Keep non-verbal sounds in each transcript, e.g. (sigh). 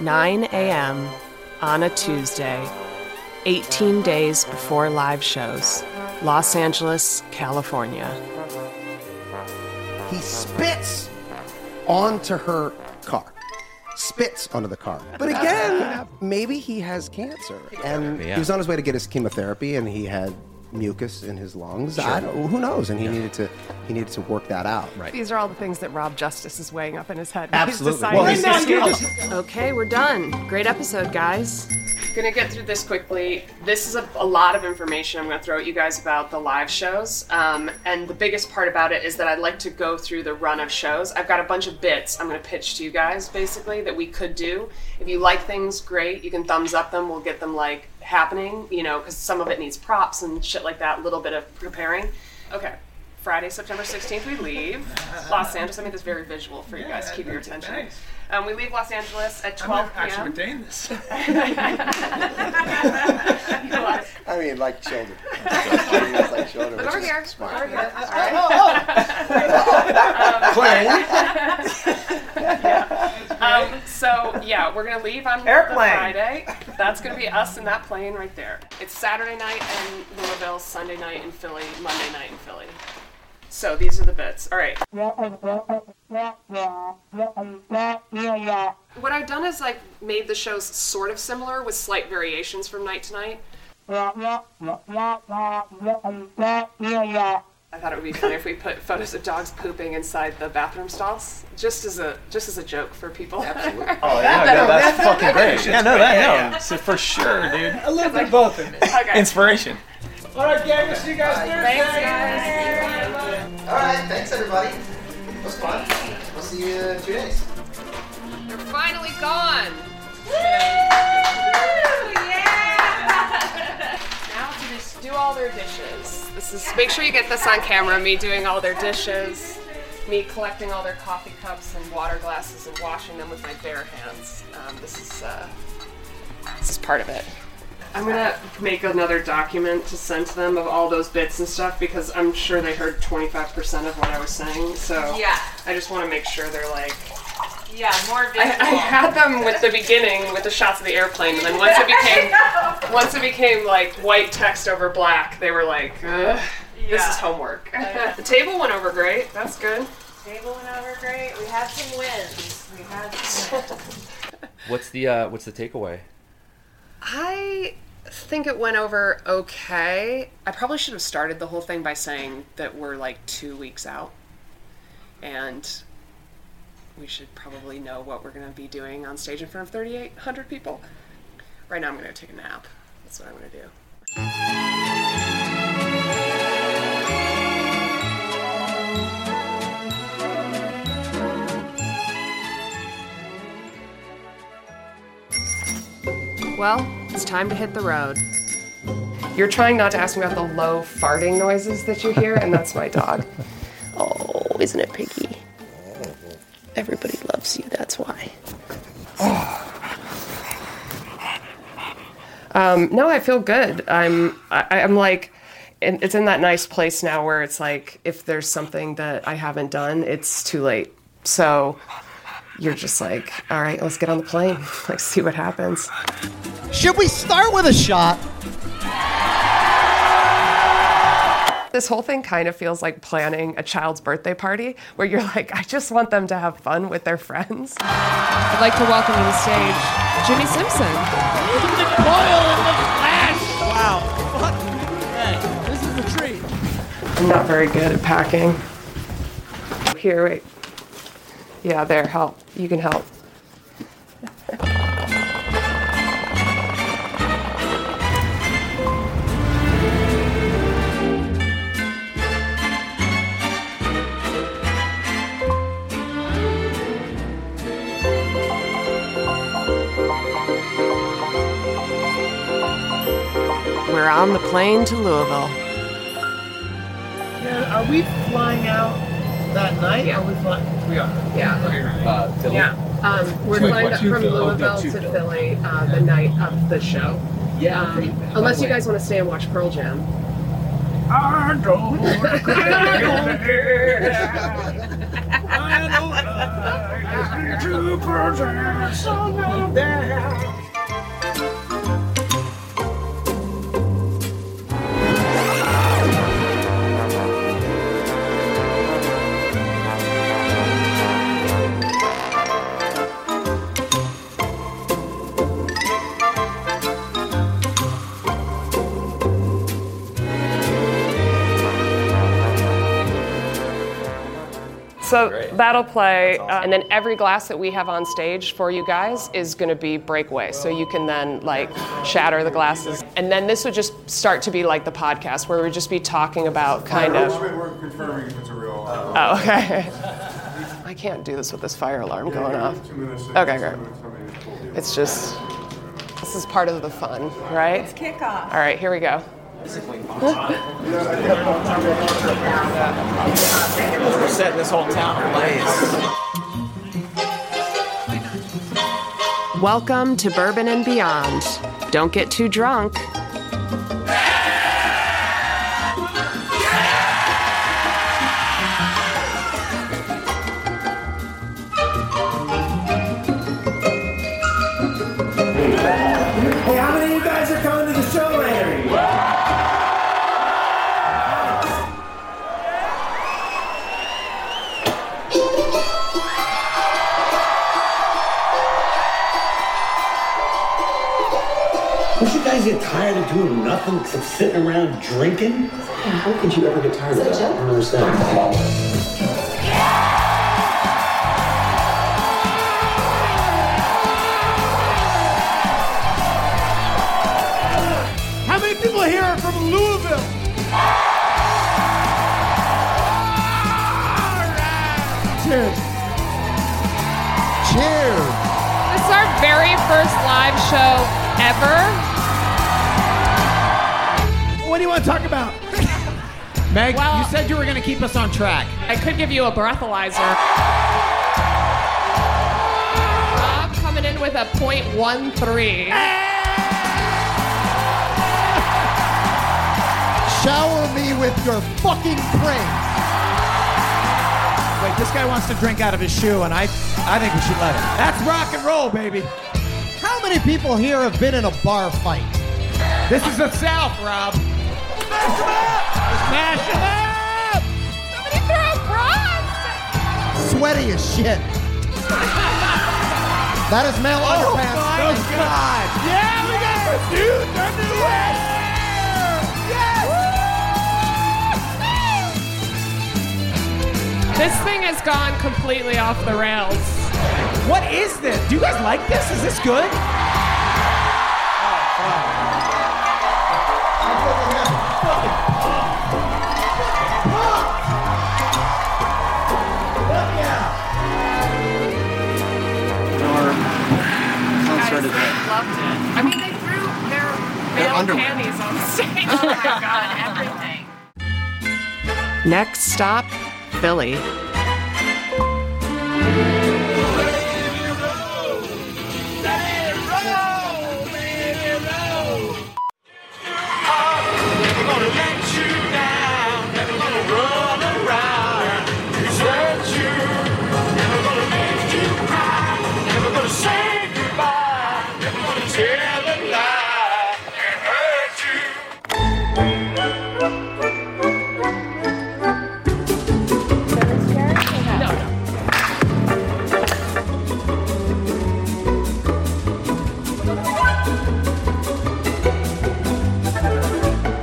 9 a.m. on a Tuesday, 18 days before live shows, Los Angeles, California. He spits onto her car. Spits onto the car. But again, maybe he has cancer. And Yeah. he was on his way to get his chemotherapy and he had mucus in his lungs. I don't, who knows? And he needed to he needed to work that out. Right. These are all the things that Rob Justice is weighing up in his head. Absolutely. When Well, he's he's the deciding- scale. okay, we're done. Great episode, guys. Gonna get through this quickly. This is a, a lot of information I'm gonna throw at you guys about the live shows. Um, and the biggest part about it is that I'd like to go through the run of shows. I've got a bunch of bits I'm gonna pitch to you guys basically that we could do. If you like things, great. You can thumbs up them. We'll get them like happening, you know, because some of it needs props and shit like that, a little bit of preparing. Okay. Friday, September 16th, we leave Los Angeles. I made this very visual for you guys. Keep your attention. Um, we leave Los Angeles at 12 (laughs) p.m. ordained this. I mean, like (laughs) children. like children. Over here. Over here. Um, so yeah, we're gonna leave on the Airplane. Friday. That's gonna be us in that plane right there. It's Saturday night in Louisville, Sunday night in Philly, Monday night in Philly. So these are the bits. All right. What I've done is like made the shows sort of similar with slight variations from night to night. I thought it would be funny if we put photos of dogs pooping inside the bathroom stalls, just as a just as a joke for people. (laughs) Oh, yeah, no, that's fucking great. Yeah, no, that, no. So for sure, dude. A little bit of (laughs) both in it. Okay. (laughs) Inspiration. All right, gang. We'll see you guys Thursday. Thanks, guys. All right. Thanks, everybody. It was fun. We'll see you in two days. They're finally gone. Now to just do all their dishes. This is make sure you get this on camera. Me doing all their dishes, me collecting all their coffee cups and water glasses and washing them with my bare hands. Um, this is uh, this is part of it. I'm gonna make another document to send to them of all those bits and stuff because I'm sure they heard 25% of what I was saying. So Yeah. I just want to make sure they're like. Yeah, more I, I had them with the beginning with the shots of the airplane, and then once it (laughs) (laughs) became once it became like white text over black, they were like, Ugh, "This (laughs) Yeah. is homework." the table went over great. That's good. Table went over great. We had some wins. We had some wins. What's the uh, what's the takeaway? I think it went over okay. I probably should have started the whole thing by saying that we're like two weeks out, and we should probably know what we're going to be doing on stage in front of 3,800 people. Right now, I'm going to take a nap. That's what I'm going to do. Well, it's time to hit the road. You're trying not to ask me about the low farting noises that you hear, and that's my dog. (laughs) Oh, isn't it piggy? Everybody loves you, that's why. Um, no, I feel good. I'm, I, I'm like, and it's in that nice place now where it's like, if there's something that I haven't done, it's too late. So you're just like, all right, let's get on the plane, (laughs) like see what happens. Should we start with a shot? This whole thing kind of feels like planning a child's birthday party where you're like, I just want them to have fun with their friends. I'd like to welcome to the stage Jimmy Simpson. the coil and the flash! Wow. This is the treat. I'm not very good at packing. Here, wait. Yeah, there, help. You can help. We're on the plane to Louisville. Yeah, are we flying out that night? Yeah. Are we flying? We are. Yeah. Okay, right. Yeah, um, we're Wait, flying what, up to from Philly? Oh, Louisville to to Philly. Philly uh, the night of the show. yeah. Um, pretty bad. unless you Wait. guys want to stay and watch Pearl Jam. (laughs) I don't. I don't. So Great. that'll play, uh, and then every glass that we have on stage for you guys is going to be breakaway. So you can then like shatter the glasses, and then this would just start to be like the podcast where we'd just be talking about kind of. We're confirming if it's a real. Uh, (laughs) Oh, okay. I can't do this with this fire alarm going off. two minutes. Okay, great. Somebody just told you. It's just this is part of the fun, right? Kickoff. All right, here we go. We're setting this whole town ablaze. Welcome to Bourbon and Beyond. Don't get too drunk. Hey, how many of you guys are coming to the show later? Don't you guys get tired of doing nothing except sitting around drinking? How could you ever get tired of that? I don't understand. How many people here are from Louisville? Cheers. Cheers. This is our very first live show ever. What do you want to talk about? (laughs) Meg, Well- you said you were going to keep us on track. I could give you a breathalyzer. Rob coming in with a .13. (laughs) Shower me with your fucking praise. Wait, this guy wants to drink out of his shoe, and I, I think we should let him. That's rock and roll, baby. How many people here have been in a bar fight? This is the South, Rob. Smash him up! Somebody throw bras! Sweaty as shit. that is male underpants. Smash him up! Oh, God. Yeah, we got some dudes underwear! Yes! This thing has gone completely off the rails. What is this? Do you guys like this? Is this good? loved it. I mean, they threw their male panties on stage. oh my god, everything. Next stop, Philly.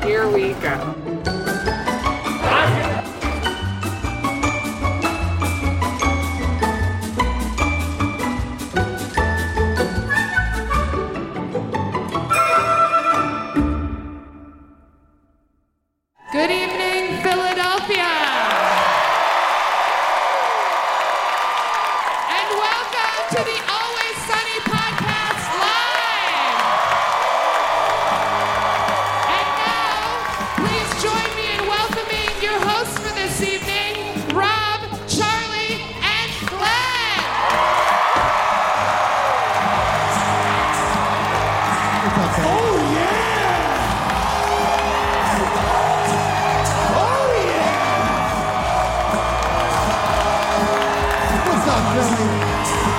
Here we go. Good evening, Philadelphia. And welcome to the Always Sunny Podcast Live! And now, please join me in welcoming your hosts for this evening, Rob, Charlie, and Glenn! What's up,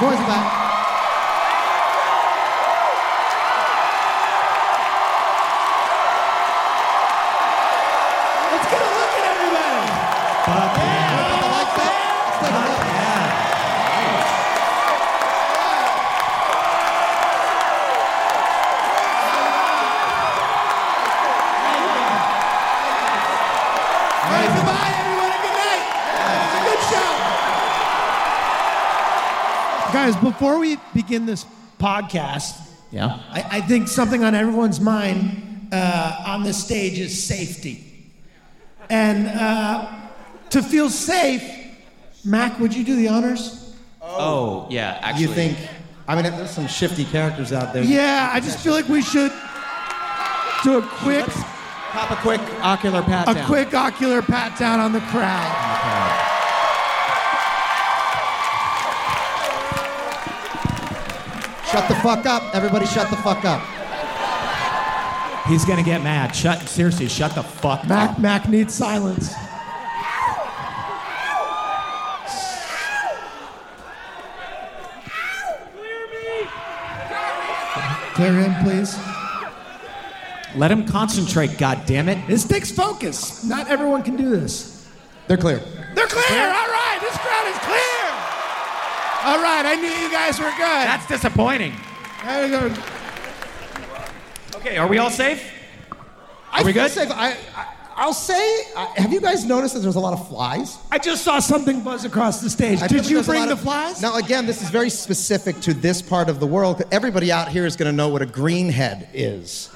Bye. Let's get a look at everybody. Yeah. Like that. Let's take a look. All right, goodbye, everyone, and good night. It's a good show. Guys, before we begin this podcast, Yeah. I, I think something on everyone's mind uh, on this stage is safety. And uh, to feel safe, Mac, would you do the honors? Oh, yeah, actually. You think? I mean, there's some shifty characters out there. Yeah, I just feel like we should do a quick, Let's pop a quick ocular pat a down. quick ocular pat down on the crowd. Shut the fuck up, everybody! Shut the fuck up. He's gonna get mad. Shut. Seriously, shut the fuck Mac, Mac needs silence. Clear him, please. Let him concentrate. God damn it. This takes focus. Not everyone can do this. They're clear. They're clear. All right, this crowd is clear. All right, I knew you guys were good. That's disappointing. There we go. Okay, are we all safe? I we feel good? safe. I, I, I'll say, I, have you guys noticed that there's a lot of flies? I just saw something buzz across the stage. I feel Did like you there's a bring lot the of- flies? Now, again, this is very specific to this part of the world. Everybody out here is going to know what a greenhead is,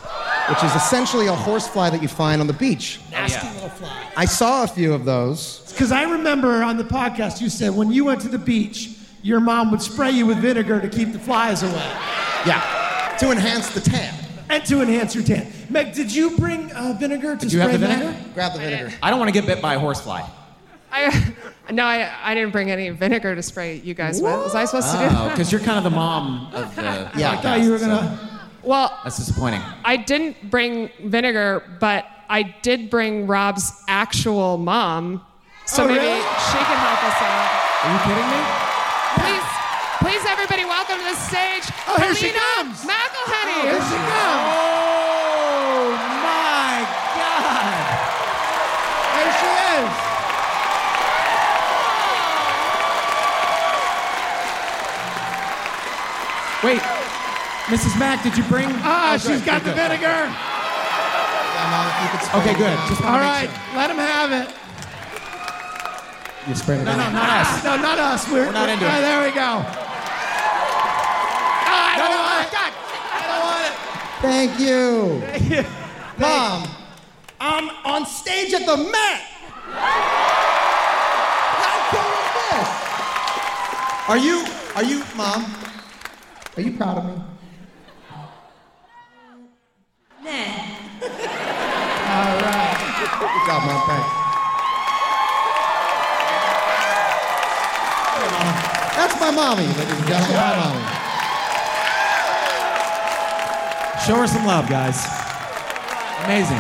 which is essentially a horsefly that you find on the beach. Nasty little fly. I saw a few of those. Because I remember on the podcast you said when you went to the beach, your mom would spray you with vinegar to keep the flies away Yeah. To enhance the tan. and to enhance your tan. Meg, did you bring uh, vinegar to you spray have the Mac? vinegar? Grab the vinegar. I don't want to get bit by a horsefly. I (laughs) no, I, I didn't bring any vinegar to spray you guys with. Was I supposed to do Oh, that? because you're kind of the mom (laughs) of the. Yeah. podcast, I thought you were gonna. so Well, that's disappointing. I didn't bring vinegar, but I did bring Rob's actual mom. So Oh, maybe really? she can help us out. Are you kidding me? Please, please, everybody, welcome to the stage. Oh, here she Helena comes. McElhenney. Here she comes. Oh my God! There she is. Wait, Mrs. Mack, did you bring? Ah, Oh, she's good, got the good, good. vinegar. Okay, good. Just All wanna make right, let him have it. sure. You sprayed it. No, no, not Ah, us. no, not us. We're, We're not into ah, it. There we go. Ah, I No, don't no, want no. it. God, I don't want it. Thank you. Mom, I'm on stage at the Met. How cool is this? Are you, are you, Mom? Are you proud of me? Nah. All right. Good job, Mom. Thanks. That's my mommy, ladies and gentlemen. My mommy. Show her some love, guys. Amazing.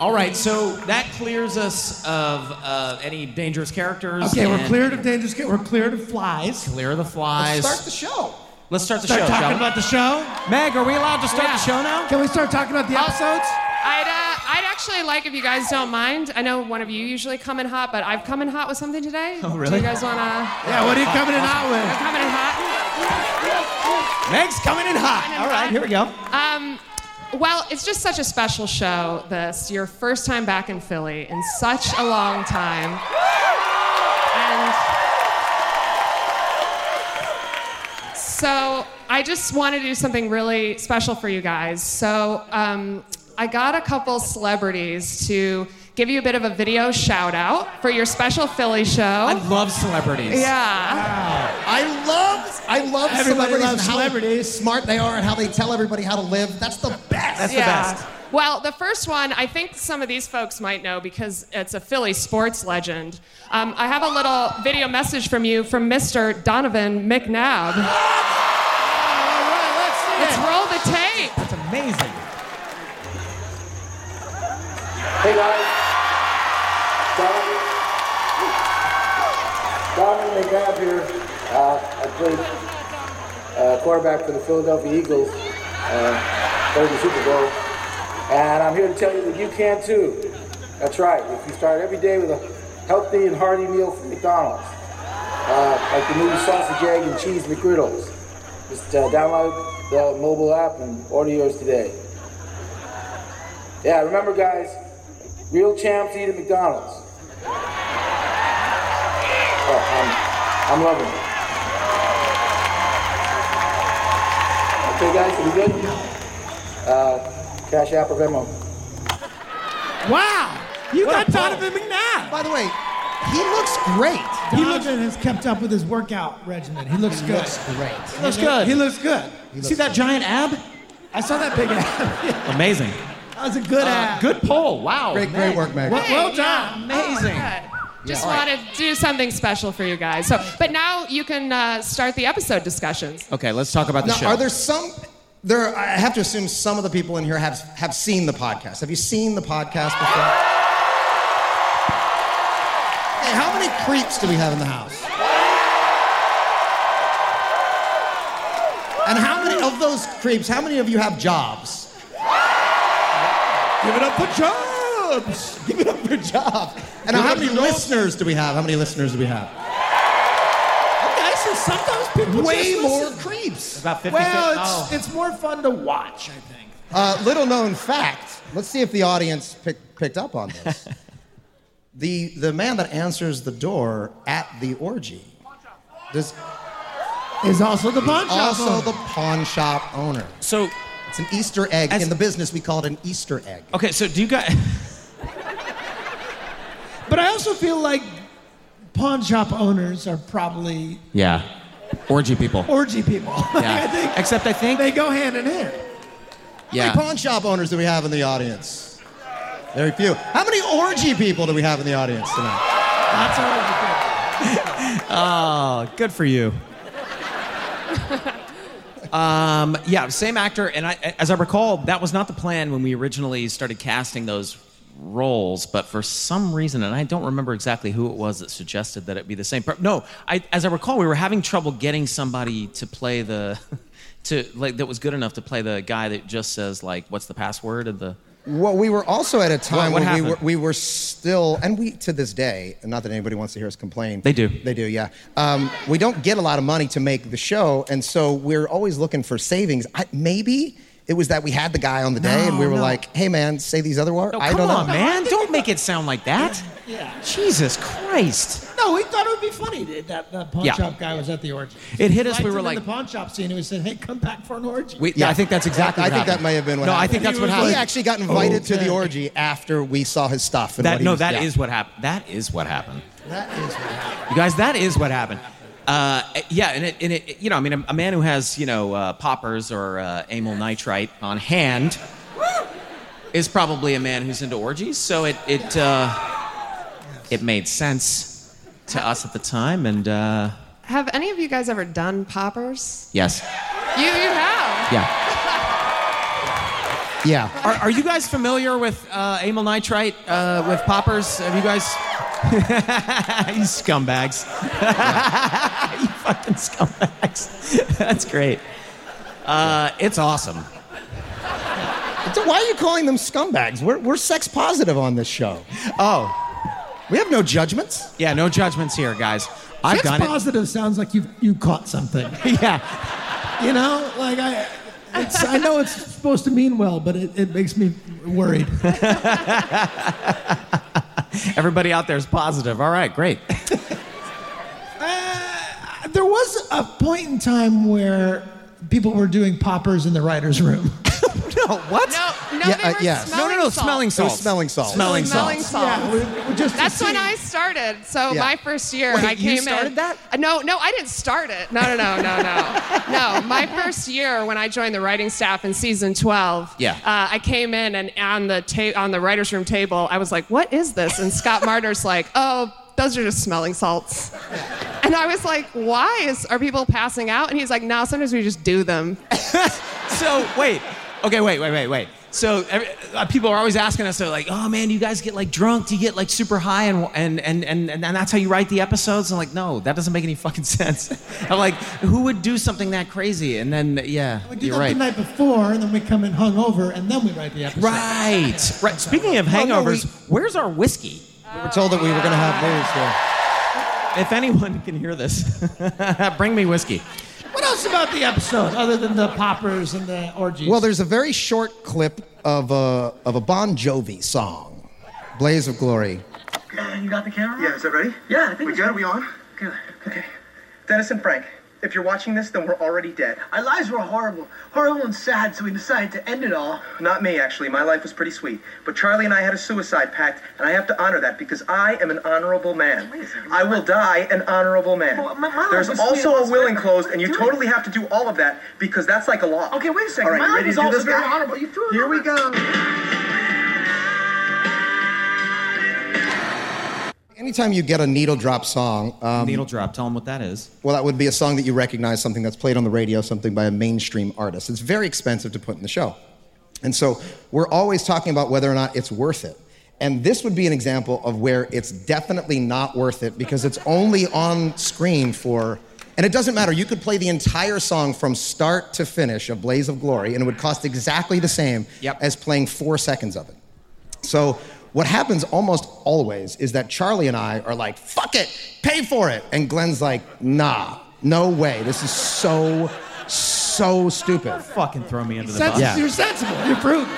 All right, so that clears us of uh, any dangerous characters. Okay, we're and cleared of dangerous. kid. We're cleared of flies. Clear the flies. Start the show. Let's start the Start show. shall talking we? about the show. Meg, are we allowed to start Yeah. the show now? Uh, Can we start talking about the episodes? I'd, uh, I'd actually like if you guys don't mind. I know one of you usually come in hot, but I've come in hot with something today. Oh, Do really? you guys want to Yeah, what are you coming in hot with? come in hot? Meg's coming in hot. Coming in All right, hot. here we go. Um, well, it's just such a special show, this. Your first time back in Philly in such a long time. And so I just want to do something really special for you guys. So um, I got a couple celebrities to give you a bit of a video shout out for your special Philly show. I love celebrities. yeah. I love, I love Everybody celebrities and loves how celebrities. smart they are and how they tell everybody how to live. That's the best. That's the best. Well, the first one, I think some of these folks might know because it's a Philly sports legend. Um, I have a little video message from you from Mr. Donovan McNabb. All right, let's see Let's it. roll the tape. That's amazing. Hey guys, Donovan Donovan McNabb here. Uh, I played uh, quarterback for the Philadelphia Eagles, uh, played the Super Bowl, and I'm here to tell you that you can too. That's right. If you start every day with a healthy and hearty meal from McDonald's, uh, like the new sausage, egg, and cheese McGriddles, just uh, download the mobile app and order yours today. Yeah, remember, guys, real champs eat at McDonald's. Oh, I'm, I'm loving it. Okay, guys, are we good? Uh, Cash App or Venmo? Wow! You got Donovan McNabb! By the way, he looks great. He looks, has kept up with his workout regimen. He looks He good. looks great. He looks good. He looks good. He See looks that giant ab? I saw that big ab. Amazing. that was a good ab. Good poll. Wow. Great, great work, Meg. Well, well yeah. Oh, done. Amazing. Just Yeah. wanted to do something special for you guys. So, but now you can uh, start the episode discussions. Okay, let's talk about the Now, show. are there some? There, are, I have to assume some of the people in here have have seen the podcast. Have you seen the podcast before? Hey, how many creeps do we have in the house? And how many of those creeps? How many of you have jobs? Give it up for jobs. Give it up for jobs. And how many listeners do we have? How many listeners do we have? Okay, so sometimes people Way just more listen. creeps. About 50 Well, cent- it's oh. it's more fun to watch, I think. Uh, little known fact. Let's see if the audience pick, picked up on (laughs) this. the the man that answers the door at the orgy does, Is also the pawn shop also owner. the pawn shop owner. so It's an Easter egg As- in the business. We call it an Easter egg. okay, so do you (laughs) guys? But I also feel like pawn shop owners are probably Yeah, orgy people. orgy people. (laughs) I Yeah. think Except I think. they go hand in hand. How many Yeah. pawn shop owners do we have in the audience? Very few. How many orgy people do we have in the audience tonight? That's how Oh, good for you. um, yeah, same actor, and I, as I recall, that was not the plan when we originally started casting those roles. But for some reason, and I don't remember exactly who it was that suggested that it be the same. per- No, I, as I recall, we were having trouble getting somebody to play the. (laughs) To like that was good enough to play the guy that just says like what's the password and the Well, we were also at a time What- what when we were, happened? we were still, and we to this day, not that anybody wants to hear us complain. They do. They do, yeah. Um, we don't get a lot of money to make the show, and so we're always looking for savings. I, maybe it was that we had the guy on the day, and we No, were no. like, "Hey, man, say these other words." oh, I come don't on know. (laughs) man don't make it sound like that Yeah. Jesus Christ No, we thought it would be funny that that, that pawn Yeah. shop guy was at the orgy. It hit us, Liked we were him in like- the pawn shop scene. and We said, "Hey, come back for an orgy." We, Yeah. I think that's exactly. I what think that happened. may have been what No, I happened. think that's what He happened. He actually got invited to the Okay. orgy after we saw his stuff. And That, what he no, was- that is yeah. what happened. That is what happened. that is what happened. You guys, that is what happened. Uh, yeah, and it, and it, you know, I mean, a, a man who has, you know, uh, poppers or uh, amyl nitrite on hand is probably a man who's into orgies. So it, it, uh, it made sense to us at the time. And uh, Have any of you guys ever done poppers? yes, You, you have. yeah. Yeah. Are, are you guys familiar with uh, amyl nitrite uh, with poppers? Have you guys? (laughs) you scumbags! (laughs) you fucking scumbags! (laughs) That's great. Uh, it's awesome. So why are you calling them scumbags? We're we're sex positive on this show. Oh, We have no judgments. yeah. No judgments here, guys. I've Sex done positive sounds like you you caught something. (laughs) it. (laughs) Yeah. You know, like I, it's, I know it's supposed to mean well, but it, it makes me worried. (laughs) Everybody out there is positive. All right, great. There was a point in time where people were doing poppers in the (laughs) writer's room. no, what? No, no, Yeah, they uh, were yes. no, smelling no, no. salts. They're Smelling salts. Oh. smelling salts. Smelling, Smelling salts. salts. Yeah, we, we just to That's when see. I started. So Yeah. my first year, Wait, I you came started in. that? Uh, No, no, I didn't start it. No, no, no, no, no, no. My first year when I joined the writing staff in season twelve. Yeah. Uh, I came in and on the ta- on the writers' room table, I was like, "What is this?" And Scott Martyr's like, "Oh." Those are just smelling salts. And I was like, why is, are people passing out? And he's like, no, sometimes we just do them. So wait. Okay, wait, wait, wait, wait. So every, uh, people are always asking us, they're like, "Oh man, do you guys get like drunk? Do you get like super high and and and and and that's how you write the episodes?" I'm like, "No, that doesn't make any fucking (laughs) sense." I'm like, "Who would do something that crazy?" And then yeah, We do you're that right. the night before, and then we come in hungover, and then we write the episode. Right, right. Speaking of Well, no, we- hangovers, where's our whiskey? We were told that we were going to have booze here. If anyone can hear this, (laughs) bring me whiskey. What else about the episode other than the poppers and the orgies? Well, there's a very short clip of a, of a Bon Jovi song, Blaze of Glory. Uh, You got the camera? Yeah, is it ready? Yeah, I think we good. Are we on? Good. Okay. Dennis and Frank, if you're watching this, then we're already dead. Our lives were horrible, horrible and sad, so we decided to end it all. Not me, actually. My life was pretty sweet. But Charlie and I had a suicide pact, and I have to honor that because I am an honorable man. I will die an honorable man. life There's was also sweet. a will enclosed, and you Dude. totally have to do all of that because that's like a law. Okay, wait a second. All right, My you life ready is to do also this, very guy? honorable. You threw it Here we over. go. Anytime you get a needle drop song, um, Needle drop. Tell them what that is. Well, that would be a song that you recognize, something that's played on the radio, something by a mainstream artist. It's very expensive to put in the show. And so we're always talking about whether or not it's worth it. And this would be an example of where it's definitely not worth it because it's only on screen for, and it doesn't matter. You could play the entire song from start to finish of Blaze of Glory, and it would cost exactly the same as playing four seconds of it. So what happens almost always is that Charlie and I are like, fuck it, pay for it. And Glenn's like, nah, no way. This is so, so stupid. Fucking throw me under the Sensitive- bus. you're sensible. You're prudent.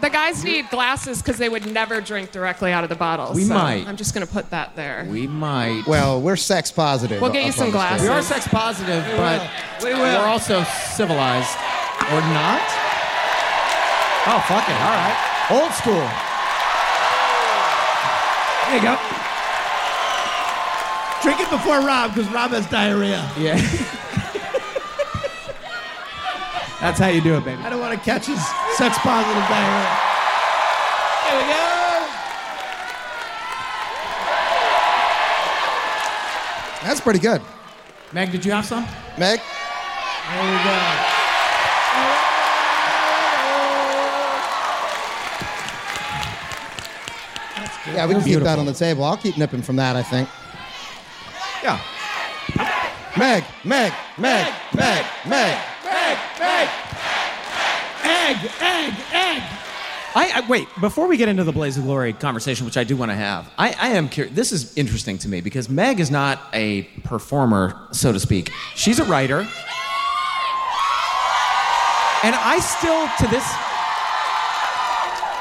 The guys need glasses because they would never drink directly out of the bottle. We so might. I'm just going to put that there. We might. Well, we're sex positive. We'll get you up some on the glasses. stage. We are sex positive, but We will. we're also civilized. Or not? Oh, fuck it. All right. Old school. There you go. Drink it before Rob, because Rob has diarrhea. (laughs) Yeah. That's how you do it, baby. I don't want to catch his sex positive diarrhea. There we go. That's pretty good. Meg, did you have some? Meg? There we go. Yeah, we can keep that Beautiful. on the table. I'll keep nipping from that, I think. Yeah. Meg, Meg, Meg, Meg, Meg. Egg, egg, egg, egg, egg. I, I wait before we get into the blaze of glory conversation, which I do want to have. I, I am curious. This is interesting to me because Meg is not a performer, so to speak. She's a writer, and I still to this.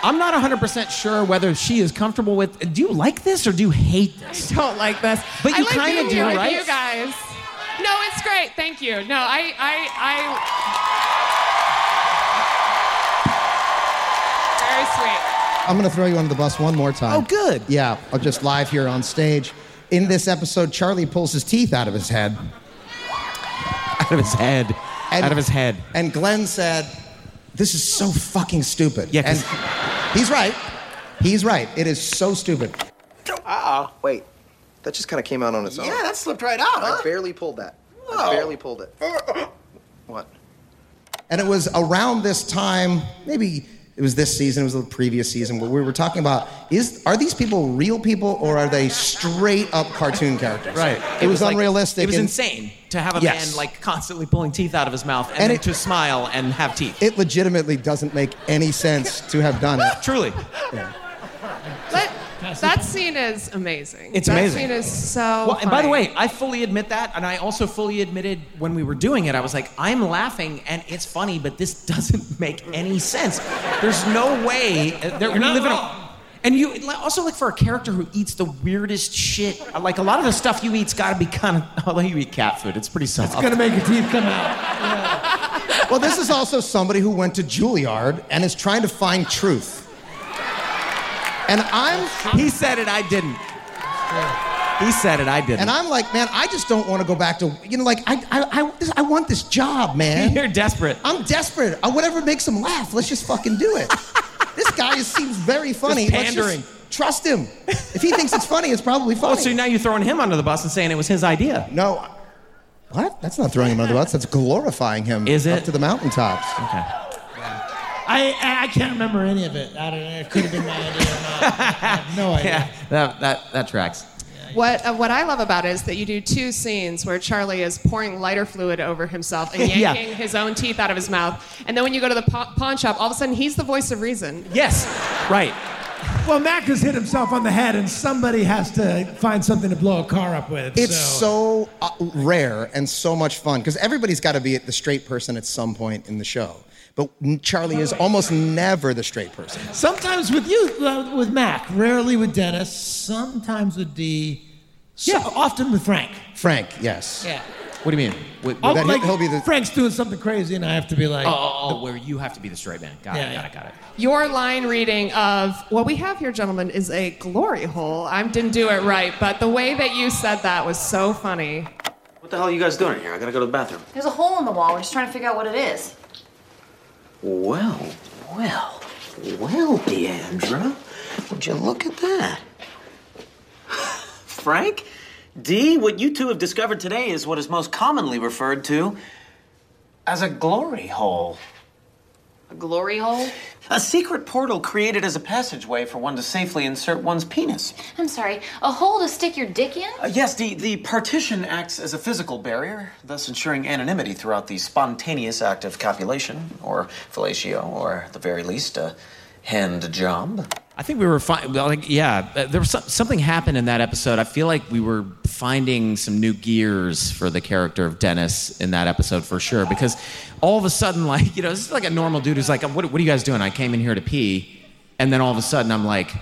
I'm not 100% sure whether she is comfortable with. Do you like this or do you hate this? I don't like this. But I you like kind being of do, here with right? You guys. No, it's great. Thank you. No, I, I, I. Very sweet. I'm going to throw you under the bus one more time. Oh, good. Yeah, I'll just live here on stage. In this episode, Charlie pulls his teeth out of his head. Out of his head. out of his head. And Glenn said, This is so fucking stupid. Yeah, and he's right. He's right. It is so stupid. Uh oh. Wait, that just kind of came out on its own. Yeah, that slipped right out, huh? I barely pulled that. Whoa. I barely pulled it. what? And it was around this time, maybe it was this season, it was the previous season, where we were talking about is are these people real people or are they straight up cartoon characters? It, was, like- unrealistic. it was and- insane to have a Yes. man like constantly pulling teeth out of his mouth and, And then it- to smile and have teeth. It legitimately doesn't make any sense to have done it. Truly. Let, that scene is amazing. It's that amazing. That scene is so. Well, and by the funny. way, I fully admit that, and I also fully admitted when we were doing it, I was like, I'm laughing and it's funny, but this (laughs) doesn't make any sense. There's no way. uh, There, You're we not live in a- wrong. and you like, also like for a character who eats the weirdest shit. uh, Like a lot of the stuff you eat's got to be kind (laughs) of. Although you eat cat food, it's pretty soft. It's gonna make your teeth come out. (laughs) Well, this is also somebody who went to Juilliard and is trying to find truth. And I'm. He said it, I didn't. He said it, I didn't. And I'm like, man, I just don't want to go back to, you know, like, I, I, I, this, I want this job, (laughs) man. You're desperate. I'm desperate. I, whatever makes him laugh, let's just fucking do it. this guy is, seems very funny. Just Let's pandering. trust him. If he thinks it's funny, it's probably funny. Oh, so now you're throwing him under the bus and saying it was his idea. No. What? That's not throwing him under the bus. That's glorifying him Is up it? to the mountaintops. Okay. I, I can't remember any of it. I don't know. It could have been my idea or not. I have no (laughs) idea. Yeah, that, that, that tracks. What, uh, what I love about it is that you do two scenes where Charlie is pouring lighter fluid over himself and (laughs) Yeah. yanking his own teeth out of his mouth. And then when you go to the pa- pawn shop, all of a sudden he's the voice of reason. Yes, right. Well, Mac has hit himself on the head, and somebody has to find something to blow a car up with. It's so. so, uh, rare and so much fun because everybody's got to be the straight person at some point in the show. But Charlie is almost never the straight person. Sometimes with you, uh, with Mac, rarely with Dennis, sometimes with D, so, often with Frank. Frank, yes. Yeah. What do you mean? Wait, Oh, that- like, he'll be Frank's doing something crazy, and I have to be like, oh, oh, oh, where you have to be the straight man. Got Yeah, it, got yeah. it, got it. Your line reading of what we have here, gentlemen, is a glory hole. I didn't do it right, but the way that you said that was so funny. What the hell are you guys doing here? I gotta go to the bathroom. There's a hole in the wall. We're just trying to figure out what it is. Well, well, well, Deandra. Would you look at that? Frank? D, what you two have discovered today is what is most commonly referred to as a glory hole. A glory hole? A secret portal created as a passageway for one to safely insert one's penis. I'm sorry. A hole to stick your dick in? Uh, yes, the, the partition acts as a physical barrier, thus ensuring anonymity throughout the spontaneous act of copulation, or fellatio, or at the very least, a hand job. I think we were fine. Well, like, yeah, uh, there was some, something happened in that episode. I feel like we were finding some new gears for the character of Dennis in that episode for sure. Because all of a sudden, like you know, this is like a normal dude who's like, "What, what are you guys doing? I came in here to pee," and then all of a sudden, I'm like.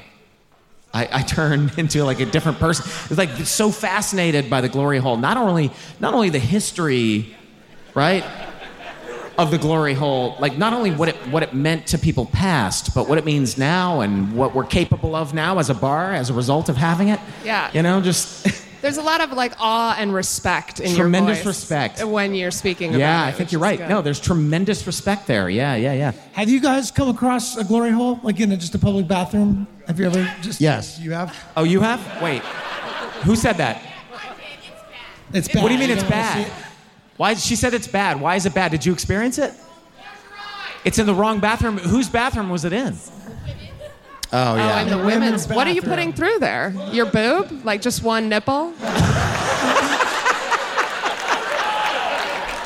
I, I turned (laughs) into like a different person. It's like so fascinated by the glory hole. Not only, not only the history, right? of the glory hole, like not only what it what it meant to people past, but what it means now and what we're capable of now as a bar as a result of having it. Yeah. You know, just There's a lot of like awe and respect in Tremendous your voice respect. when you're speaking about yeah, it, I think which you're is right. good. No, there's tremendous respect there. Yeah, yeah, yeah. Have you guys come across a glory hole, like in a, just a public bathroom? Have you ever just? Yes. You have. Oh, you have? Wait, who said that? It's bad. What do you mean You it's don't wanna see bad? Why? She said it's bad. Why is it bad? Did you experience it? It's in the wrong bathroom. Whose bathroom was it in? (laughs) Oh Oh, and the women's. What are you putting through there? Your boob? Like just one nipple?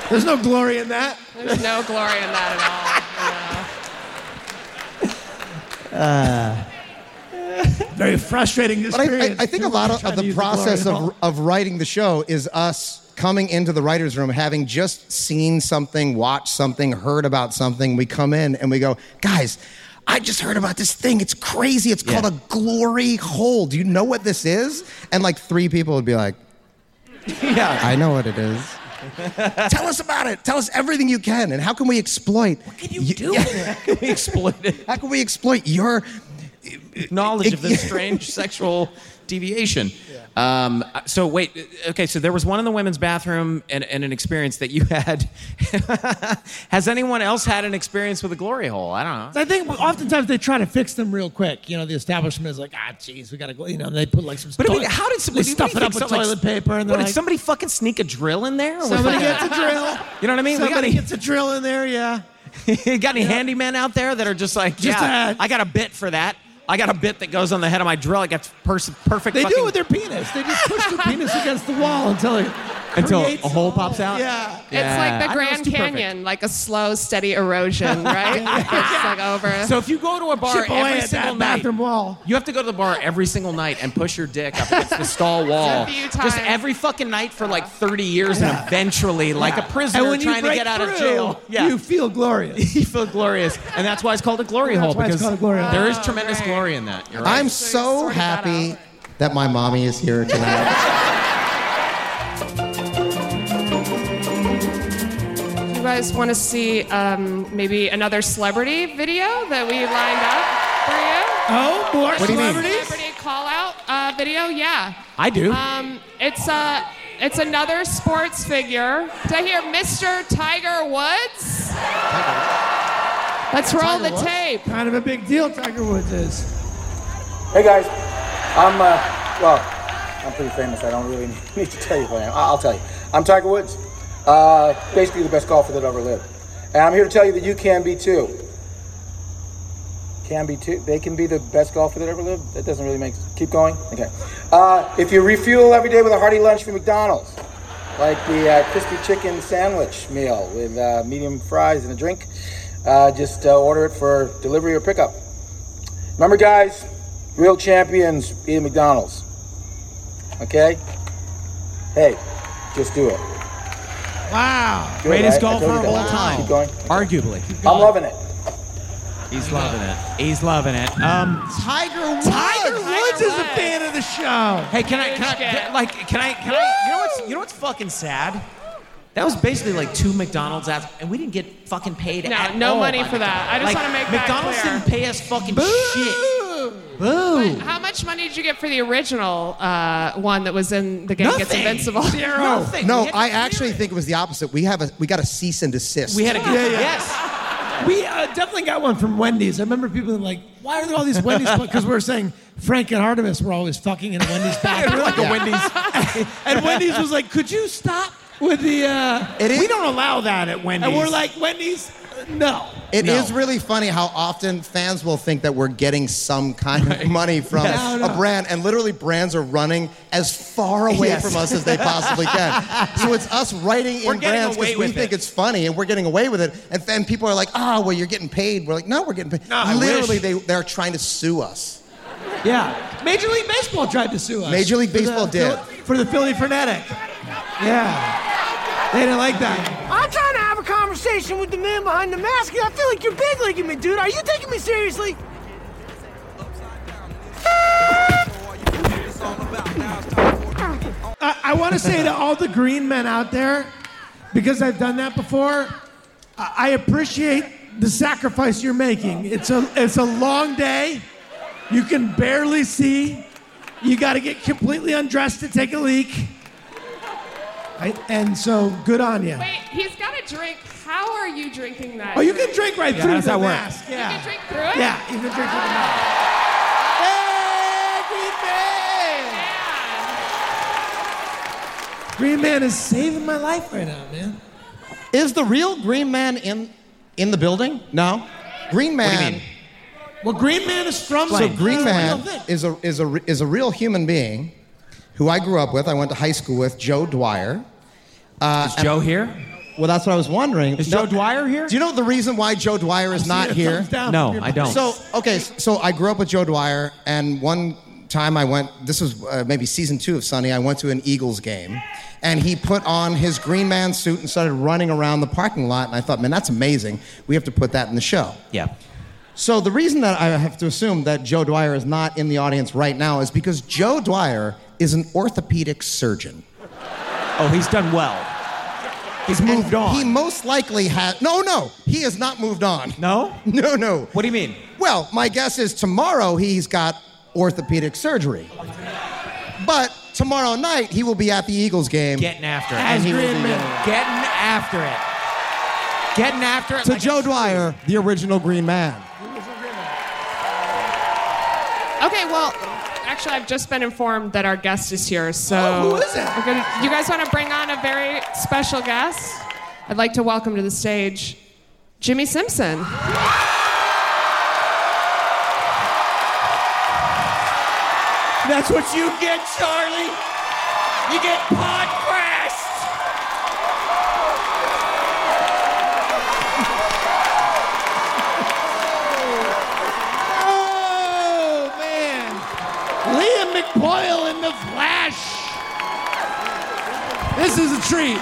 There's no glory in that. There's no glory in that at all. Uh, Very frustrating But I- I, I, experience. think a People lot are of, trying of to the use the glory process hole. of, of writing the show is us coming into the writer's room, having just seen something, watched something, heard about something. We come in and we go, guys, I just heard about this thing. It's crazy. It's called a glory hole. Do you know what this is? And like three people would be like, yeah, I know what it is. (laughs) Tell us about it. Tell us everything you can. And how can we exploit? What can you, (laughs) do? how can we exploit it? How can we exploit your uh, knowledge (laughs) of this strange sexual deviation. Um, so wait, okay. So there was one in the women's bathroom and, and an experience that you had. (laughs) Has anyone else had an experience with a glory hole? I don't know. I think oftentimes they try to fix them real quick. You know, the establishment is like, ah, jeez, we gotta go. You know, and they put like some. But I mean, toilet- how did they somebody stuff it up with toilet paper? And they're what like, did somebody fucking sneak a drill in there? Was Somebody like gets a drill. (laughs) (laughs) You know what I mean? Somebody we gets (laughs) a drill in there. Yeah. got any, got any handymen out there that are just like, Just yeah, a- I got a bit for that. I got a bit that goes on the head of my drill. I got pers- perfect. They do fucking- it with their penis. They just push their penis against the wall until it until creates a hole pops out. Yeah. Yeah. It's like I the know it's Grand too perfect. Canyon, like a slow, steady erosion, (laughs) right? It's like over. So if you go to a bar Chip away every at single that night, bathroom wall. you have to go to the bar every single night and push your dick up against the stall wall, (laughs) It's a few just times. every fucking night for like 30 years, and eventually, like a prisoner And when you trying to break get out of through, jail, you feel (laughs) glorious. you feel glorious, and that's why it's called a glory That's hole why it's because called a glory hole. there is tremendous glory in that. You're right. I'm so happy that my mommy is here tonight. Do you guys want to see um, maybe another celebrity video that we lined up for you? Oh, more What do you mean? celebrities. Celebrity call out uh, video? Yeah. I do. Um, it's uh, it's another sports figure. Did I hear Mr. Tiger Woods? Let's roll the tape. Kind of a big deal, Tiger Woods is. Hey guys, I'm uh, well, I'm pretty famous. I don't really (laughs) need to tell you who I am. I- I'll tell you. I'm Tiger Woods, uh, basically the best golfer that ever lived, and I'm here to tell you that you can be too. can be too. They can be the best golfer that ever lived. That doesn't really make. Keep going. Okay. Uh, if you refuel every day with a hearty lunch from McDonald's, like the uh, crispy chicken sandwich meal with uh, medium fries and a drink, uh, just uh, order it for delivery or pickup. Remember, guys, real champions eat at McDonald's. Okay. Hey, just do it. Wow. Good, Greatest right? I golfer told of you all guys. time. Keep going. Arguably. I'm loving it. He's loving it. He's loving it. Um, Tiger Woods. Tiger Woods is a fan of the show. hey, can I, can I, can- like, can I, can I, you know what's, you know what's fucking sad? That was basically like two McDonald's ads, and we didn't get fucking paid No, at no all money by for that. I just McDonald's. wanna make like, that McDonald's clear. didn't pay us fucking shit. Boo. But how much money did you get for the original uh, one that was in the game gets Nothing. invincible? (laughs) Zero. Nothing. No, I actually think it was the opposite. We have a we got a cease and desist. We had a Yeah, yeah. yes. We uh, definitely got one from Wendy's. I remember people were like, why are there all these Wendy's? Because we were saying Frank and Artemis were always fucking in a (laughs) Wendy's bathroom. We're like a Wendy's. (laughs) and Wendy's was like, could you stop with the, uh, we don't allow that at Wendy's. And we're like, Wendy's, uh, no. It is No. really funny how often fans will think that we're getting some kind of money from Yes. No, a brand, and literally brands are running as far away Yes. from us as they possibly can. so it's us writing We're in getting brands away because we with think it. it's funny and we're getting away with it. And, and people are like, ah, well, you're getting paid. We're like, no, we're getting paid. No, I literally, wish. they, they're trying to sue us. Yeah. Major League Baseball tried to sue us. Major League For the- Baseball did. For the Philly Frenetic. Yeah. They didn't like that. I'm trying to have a conversation with the man behind the mask. I feel like you're big leaguing me, dude. Are you taking me seriously? I, I want to say to all the green men out there, because I've done that before, I, I appreciate the sacrifice you're making. It's a, it's a long day. You can barely see. You got to get completely undressed to take a leak. I, and so, good on you. Wait, he's got a drink. How are you drinking that? Oh, you can drink right Yeah, how through does the that work? mask. Yeah. You can drink through it? Yeah, you can drink through the mask. Green Man is saving my life right now, man. Is the real Green Man in in the building? No. Green Man. Well, Green Man is from So It's Green a Man real thing. is a is a is a real human being who I grew up with. I went to high school with Joe Dwyer. Uh, is Joe here? Well, that's what I was wondering. Is Joe Dwyer here? Do you know the reason why Joe Dwyer is not seeing a here? thumbs down No, from your I don't. So okay, so I grew up with Joe Dwyer, and one time I went. This was uh, maybe season two of Sunny. I went to an Eagles game, and he put on his Green Man suit and started running around the parking lot. And I thought, man, that's amazing. We have to put that in the show. Yeah. So the reason that I have to assume that Joe Dwyer is not in the audience right now is because Joe Dwyer is an orthopedic surgeon. Oh, he's done well. He's moved on. He most likely has no, no. He has not moved on. No? (laughs) No, no. What do you mean? Well, my guess is tomorrow he's got orthopedic surgery. But tomorrow night he will be at the Eagles game. Getting after it. And he will be- Getting after it. Getting after it. So like- Joe Dwyer, the original Green Man. Okay, well, actually, I've just been informed that our guest is here, so. Oh, who is it? we're gonna- you guys want to bring on a very special guest? I'd like to welcome to the stage Jimmy Simpson. That's what you get, Charlie. You get podcast. Oh man, Liam McPoyle in the Flash. This is a treat.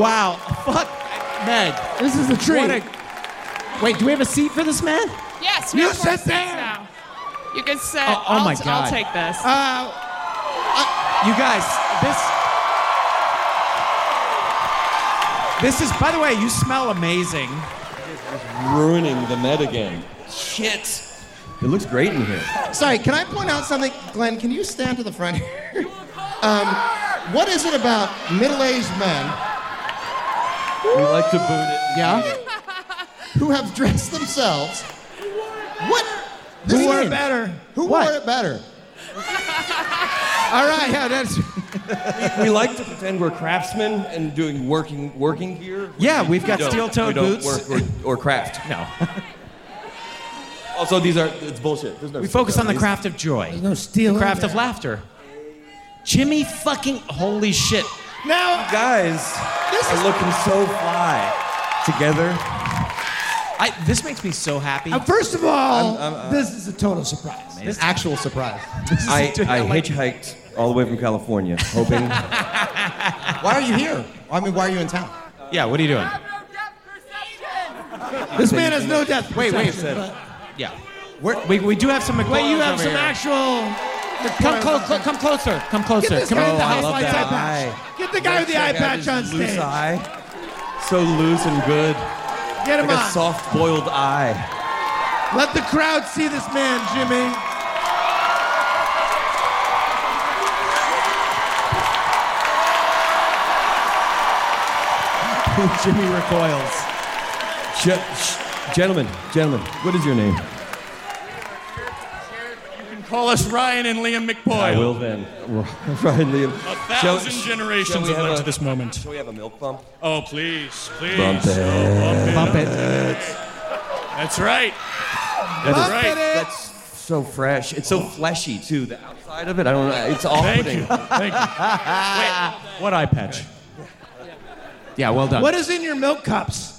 Wow. Fuck, Meg. This is a treat. What a- Wait, do we have a seat for this man? Yes, You we have more sit seats there. Now. You can sit. Oh, oh I'll, my I'll God. take this. Uh, You guys, this. This is, by the way, you smell amazing. Ruining the net again. Shit. It looks great in here. Sorry, can I point out something? Glenn, can you stand to the front here? Um, what is it about middle-aged men We like to boot it. Yeah. who have dressed themselves? What? who This are man, better? Who wore it better? All right, yeah, that's (laughs) We like to pretend we're craftsmen and doing working working gear. Yeah, we've We got don't- steel-toed we don't boots. Work or, or craft. No. Also, these are it's bullshit. There's no We focus on the craft of joy. There's no stealing. The craft of laughter. Jimmy fucking holy shit. Now guys are looking so fly together. I this makes me so happy. Uh, first of all, I'm- I'm- uh, this is a total surprise. This is actual surprise. (laughs) I, I hitchhiked all the way from California, hoping. Why are you here? I mean, why are you in town? Yeah, what are you doing? This man has no death. Wait, wait. perception, but- Yeah. We're, we, we do have some McDonald's Wait, you have over some here. actual. Come, clo- clo- come closer. Come closer. Get this come guy with the Oh, I house love lights that. eye patch. Get the guy with the eye patch on Loose stage. eye. So loose and good. Get him like on. a soft boiled eye. Let the crowd see this man, Jimmy. Oh. Jimmy recoils. Ge- sh- gentlemen, gentlemen, what is your name? Call us Ryan and Liam McBoyle. I will then. (laughs) Ryan Liam. A thousand generations have led to this moment. Shall we have a milk bump? Oh, please, please. Bump it. Oh, bump it. Bump That's right. That is- That's right. That's so fresh. It's so fleshy too. The outside of it, I don't know. It's all Thank pudding. you. Thank Ah, you. Wait, what eye patch? Yeah, well done. What is in your milk cups?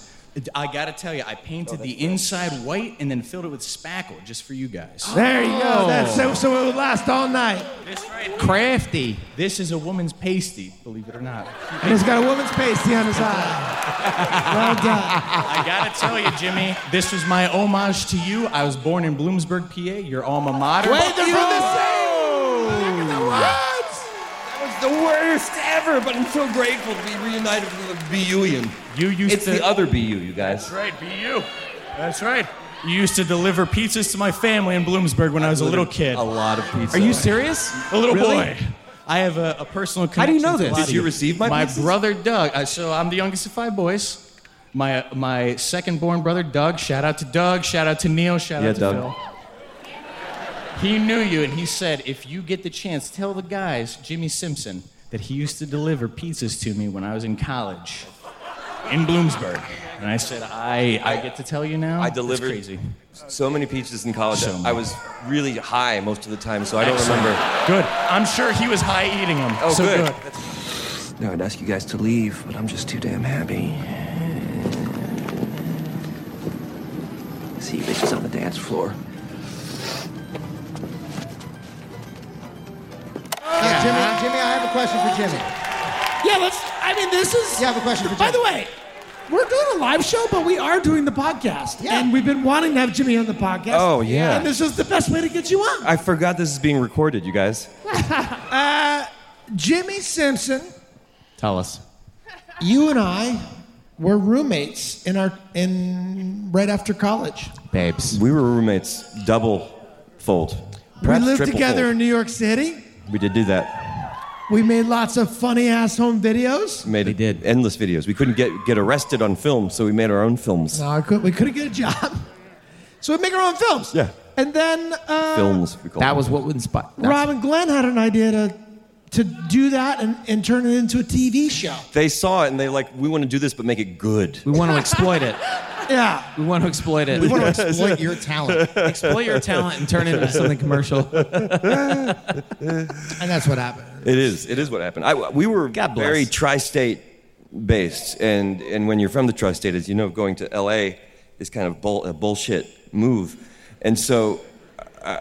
I gotta tell you, I painted the inside white and then filled it with spackle just for you guys. There you go. That's so, so it would last all night. crafty. This is a woman's pasty, believe it or not. And he's got a woman's pasty on his eye. Well done. I gotta tell you, Jimmy, this was my homage to you. I was born in Bloomsburg, PA, your alma mater. Wait, they're from the same. What? That was the worst ever, but I'm so grateful to be reunited with the BUian. You used it's to- the other BU, you guys. That's right, be you. That's right. You used to deliver pizzas to my family in Bloomsburg when I, was a little kid. A lot of pizza. Are you serious? A little boy. I have a, a personal connection. How do you know to a this? lot of Did you receive my My pizzas? brother Doug. Uh, so I'm the youngest of five boys. My my second born brother Doug. Shout out to Doug. Shout out to Neil. Shout Yeah, out to Doug. Phil. He knew you, and he said, if you get the chance, tell the guys Jimmy Simpson that he used to deliver pizzas to me when I was in college in Bloomsburg. And I said, I I get to tell you now. I That's delivered crazy. so many pizzas in college. So I was really high most of the time, so I don't Excellent. remember. Good. I'm sure he was high eating them. Oh, so good. good. Now, I'd ask you guys to leave, but I'm just too damn happy. See you bitches on the dance floor. Uh, (laughs) Jimmy, Jimmy, I have a question for Jimmy. Yeah, let's. I mean, this is. Yeah, I have a question for By Jimmy. the way, we're doing a live show, but we are doing the podcast. Yeah. And we've been wanting to have Jimmy on the podcast. Oh, yeah. And this is the best way to get you (laughs) on. I forgot this is being recorded, you guys. Uh, Jimmy Simpson, Tell us. you and I were roommates in our in right after college. Babes. We were roommates, double fold. Perhaps we lived triple together fold. in New York City. We did do that. We made lots of funny ass home videos. Made we did endless videos. We couldn't get get arrested on film, so we made our own films. No, I could, we couldn't get a job, (laughs) so we make our own films. Yeah. And then uh, films. We call that was what inspired. Robin Glenn had an idea to to do that and, and turn it into a TV show. (laughs) (gasps) They saw it and they like, we want to do this, but make it good. We want to exploit (laughs) it. Yeah. We want to exploit it. We wanna Yes. exploit your talent. exploit your talent and turn it into (laughs) something commercial. And that's what happened. It is. It is what happened. I, we were very tri-state based, and and when you're from the tri-state, as you know, going to L.A. is kind of bull, a bullshit move, and so I,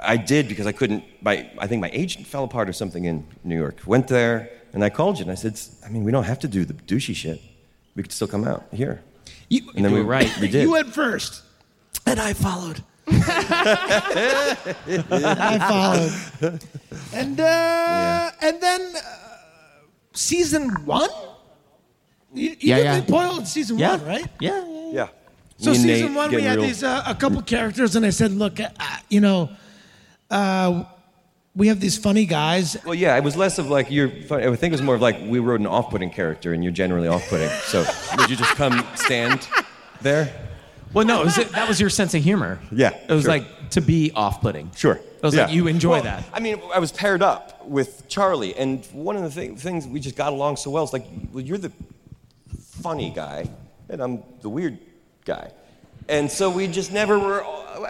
I did because I couldn't. My I think my agent fell apart or something in New York. Went there, and I called you, and I said, I mean, we don't have to do the douchey shit. We could still come out here. and then you we were right. We did. You went first, and I (laughs) followed. I followed. And uh, and then uh, season one. You, you Yeah, did yeah. the Boyle in season Yeah. one, right? Yeah. yeah. So Me and season Nate one, we getting had real- these uh, a couple characters, and I said, "Look, uh, you know, uh, we have these funny guys." Well, yeah, it was less of like you're. Funny. I think it was more of like we wrote an off-putting character, and you're generally off-putting. So would you just come stand there? Well, no, it was, that was your sense of humor. (laughs) Yeah, It was sure. like to be off-putting. Sure. It was like Yeah. you enjoy Well, that. I mean, I was paired up with Charlie, and one of the thi- things we just got along so well is like, well, you're the funny guy, and I'm the weird guy. And so we just never were.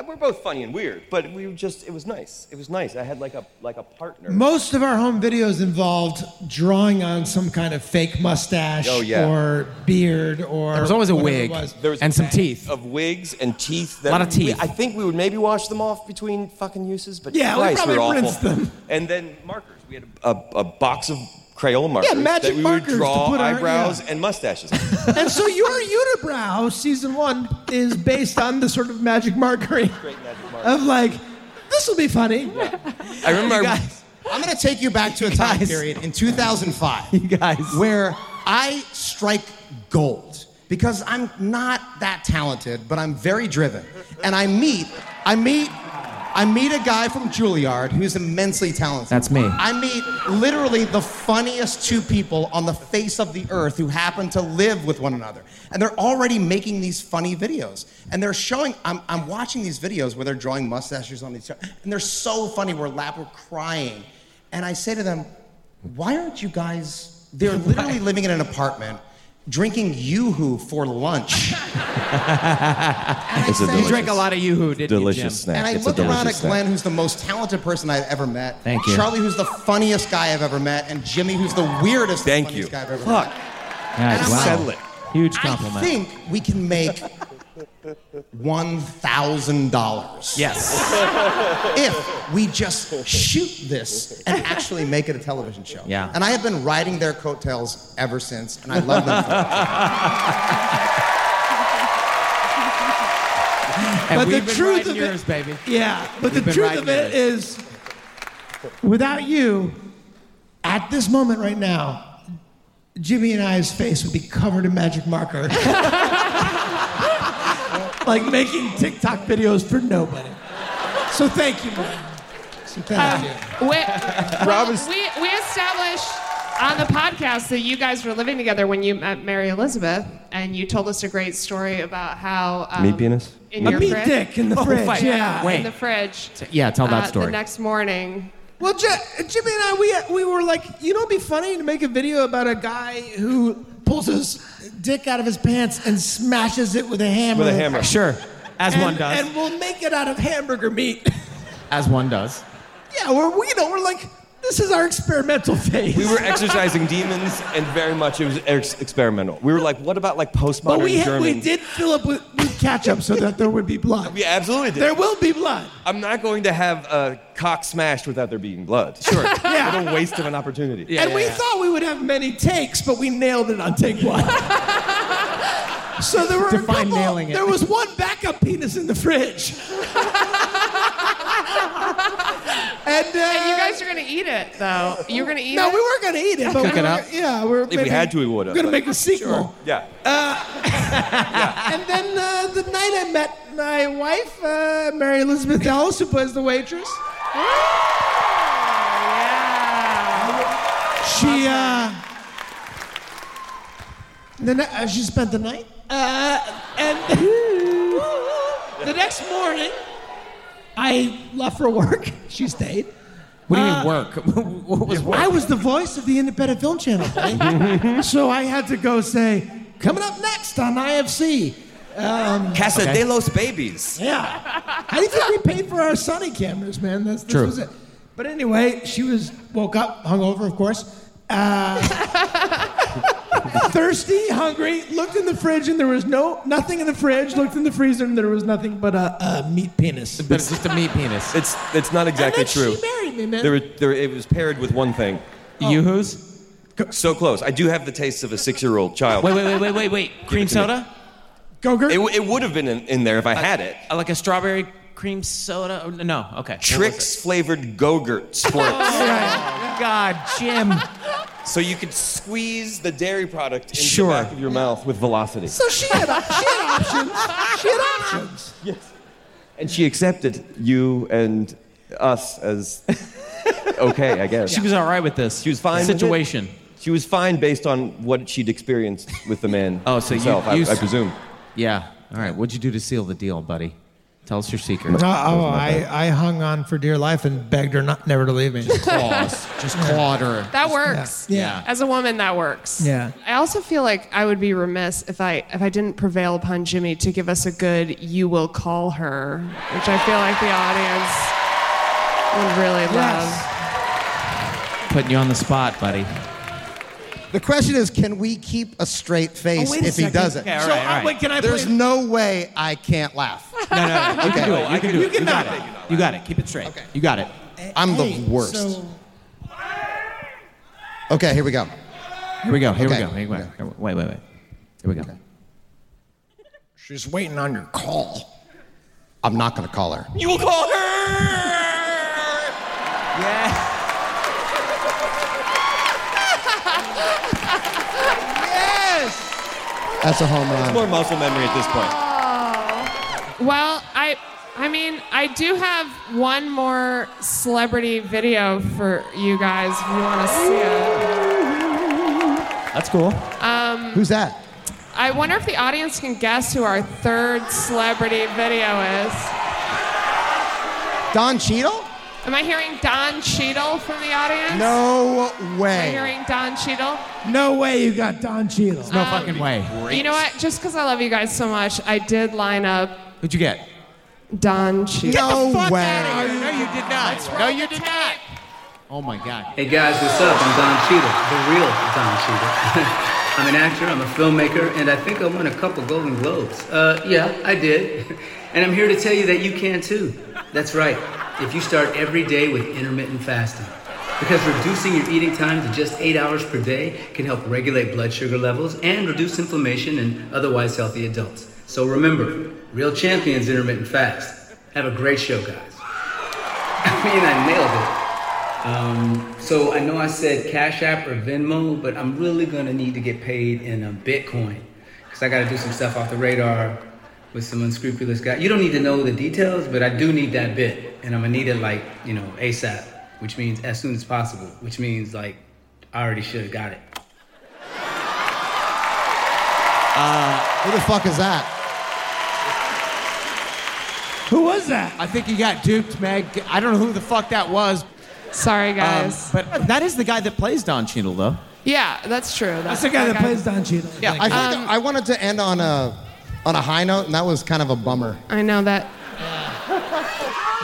We're both funny and weird, but we were just. It was nice. It was nice. I had like a like a partner. Most of our home videos involved drawing on some kind of fake mustache Oh, yeah. or beard or. There was always a whatever wig. it was. There was- and some teeth. Of wigs and teeth. Lot of we- teeth. I think we would maybe wash them off between fucking uses, but Yeah, we Christ, probably were awful. rinsed them. And then markers. We had a, a box of Crayola markers magic that we markers would to draw put on- eyebrows yeah. and mustaches. (laughs) and so your unibrow season one is based on the sort of magic markering of like this will be funny. I remember. (laughs) I'm going to take you back to a time period in 2005. (laughs) You guys. Where I strike gold because I'm not that talented, but I'm very driven. And I meet, I meet, I meet a guy from Juilliard who's immensely talented. That's me. I meet literally the funniest two people on the face of the earth who happen to live with one another. And they're already making these funny videos. And they're showing, I'm, I'm watching these videos where they're drawing mustaches on each other. And they're so funny. We're lap, we're crying. And I say to them, why aren't you guys, (laughs) they're literally living in an apartment drinking Yoo-Hoo for lunch. it's a You delicious, drank a lot of Yoo-Hoo, didn't delicious snack. and I it's look a around delicious at Glenn, who's the most talented person I've ever met. Thank you. Charlie, who's the funniest guy I've ever met, and Jimmy, who's the weirdest Thank funniest guy I've ever Fuck. met. Guys, And I'm wow. like, Settle it. Huge I compliment. think we can make one thousand dollars. Yes. if we just shoot this and actually make it a television show. Yeah. And I have been riding their coattails ever since, and I love them. For it. (laughs) but the we've been truth riding of yours, it, baby. Yeah, but We've the been truth riding of it is, without you, at this moment right now, Jimmy and I's face would be covered in magic marker, (laughs) like making TikTok videos for nobody. So thank you, man. So Uh, (laughs) thank you. (laughs) We, we, we established on the podcast that you guys were living together when you met Mary Elizabeth, and you told us a great story about how um, Meat penis? in Meat your penis. fridge, Oh, A meat dick in the fridge, yeah. in Wait. the fridge. yeah, tell that uh, The story. next morning, Well, J- Jimmy and I, we, we were like, you know, it'd be funny to make a video about a guy who pulls his dick out of his pants and smashes it with a hammer. Sure. As And- one does. And we'll make it out of hamburger meat. as one does. yeah, we're, we, you know, we're like, this is our experimental phase. We were exercising demons, and very much it was ex- experimental. We were like, what about like (laughs) But postmodern we, had, German? we did fill up with, with ketchup so that there would (laughs) be blood. We absolutely did. There will be blood. I'm not going to have a cock smashed without there being (laughs) blood. Sure. Yeah. What a waste of an opportunity. and we thought we would have many takes, but we nailed it on take one. so there were a couple, nailing it. There was one backup penis in the fridge. and, uh, and you guys are gonna eat it though. You're gonna eat no, it. we were gonna eat it, but Cook we it were, up? yeah, we were If we maybe- had to, we would have, We're gonna but- make a sequel. Yeah. Uh, (laughs) And then uh, the night I met my wife, uh, Mary Elizabeth Ellis, who plays the waitress. She uh, the ni- uh, she spent the night, uh, and (laughs) the next morning, I left for work. (laughs) She stayed. What do you Uh, mean work? what was work? I was the voice of the independent (laughs) film channel, right? so I had to go say, coming up next on IFC. Um, Casa de los Babies. yeah. How do you think we paid for our Sony cameras, man? That's, this True. was it. But anyway, she was woke up, hungover, of course. (laughs) Uh, thirsty, hungry. Looked in the fridge and there was no nothing in the fridge. Looked in the freezer and there was nothing but a, a meat penis. But it's just a meat penis. It's it's not exactly then true. she married me, man. Oh. There, were- there, it was paired with one thing. You who's? So close. I do have the taste of a six-year-old child. (laughs) Wait, wait, wait, wait, wait, wait. Cream to me. soda? Go-gurt? It, w- it would have been in, in there if (laughs) I had it. Uh, Like a strawberry cream soda? Oh, No, (laughs) okay. What was Tricks flavored go-gurt it? squirts. Oh, God, Jim. So you could squeeze the dairy product into Sure. the back of your mouth with velocity. So she had, she had options. She had options. and she accepted you and us (laughs) as okay, I guess. She was all right with this. She was fine. with it. Situation. She was fine based on what she'd experienced with the man (laughs) Oh, so you- himself, I- you s- I presume. Yeah. All right. What'd you do to seal the deal, buddy? Tell us your secret. No, oh, I, I hung on for dear life and begged her not never to leave me. Just claws. Just clawed her. That works. Yeah. As a woman, that works. Yeah. I also feel like I would be remiss if I if I didn't prevail upon Jimmy to give us a good "You Will Call Her," which I feel like the audience would really love. Putting you on the spot, buddy. The question is, can we keep a straight face Oh, wait a if he second. doesn't? Okay, all So, right, all uh, right. wait, can I There's play- no way I can't (laughs) laugh. No, no, no. You can do it. You can do it. You got knock it. You got it. Keep it straight. You got it. I'm the worst. Okay, here we go. Here we go. Here Okay. we go. Here we go. Wait, wait, wait. Here we go. She's waiting on your call. I'm not going to call her. You will call her. Yeah. yes. That's a home run. It's more muscle memory at this point. Well, I I mean I do have one more celebrity video for you guys if you want to see it. That's cool. Um, Who's that? I wonder if the audience can guess who our third celebrity video is. Don Cheadle? Am I hearing Don Cheadle from the audience? No Am I way. hearing Don Cheadle? No way you got Don Cheadle. no Um, fucking way. You know what? Just because I love you guys so much, I did line up Who'd you get? Don Cheadle. No, you did not. No, you did not. Oh my God. Hey guys, what's up? I'm Don Cheadle, the real Don Cheadle. (laughs) I'm an actor, I'm a filmmaker, and I think I won a couple Golden Globes. Uh, yeah, I did. (laughs) And I'm here to tell you that you can too. That's right, if you start every day with intermittent fasting. Because reducing your eating time to just eight hours per day can help regulate blood sugar levels and reduce inflammation in otherwise healthy adults. So remember, real champions intermittent fast. Have a great show, guys. (laughs) I mean, I nailed it. Um, so I know I said Cash App or Venmo, but I'm really gonna need to get paid in um, Bitcoin because I gotta do some stuff off the radar with some unscrupulous guy. You don't need to know the details, but I do need that bit, and I'm gonna need it like you know ASAP, which means as soon as possible, which means like I already should have got it. Who the fuck is that? Who was that? I think he got duped, Meg. I don't know who the fuck that was. Um, Sorry, guys. but that is the guy that plays Don Cheadle, though. Yeah, that's true. That's the guy that plays Don Cheadle. Um, Yeah, I, feel like I wanted to end on a on a high note, and that was kind of a bummer. I know that.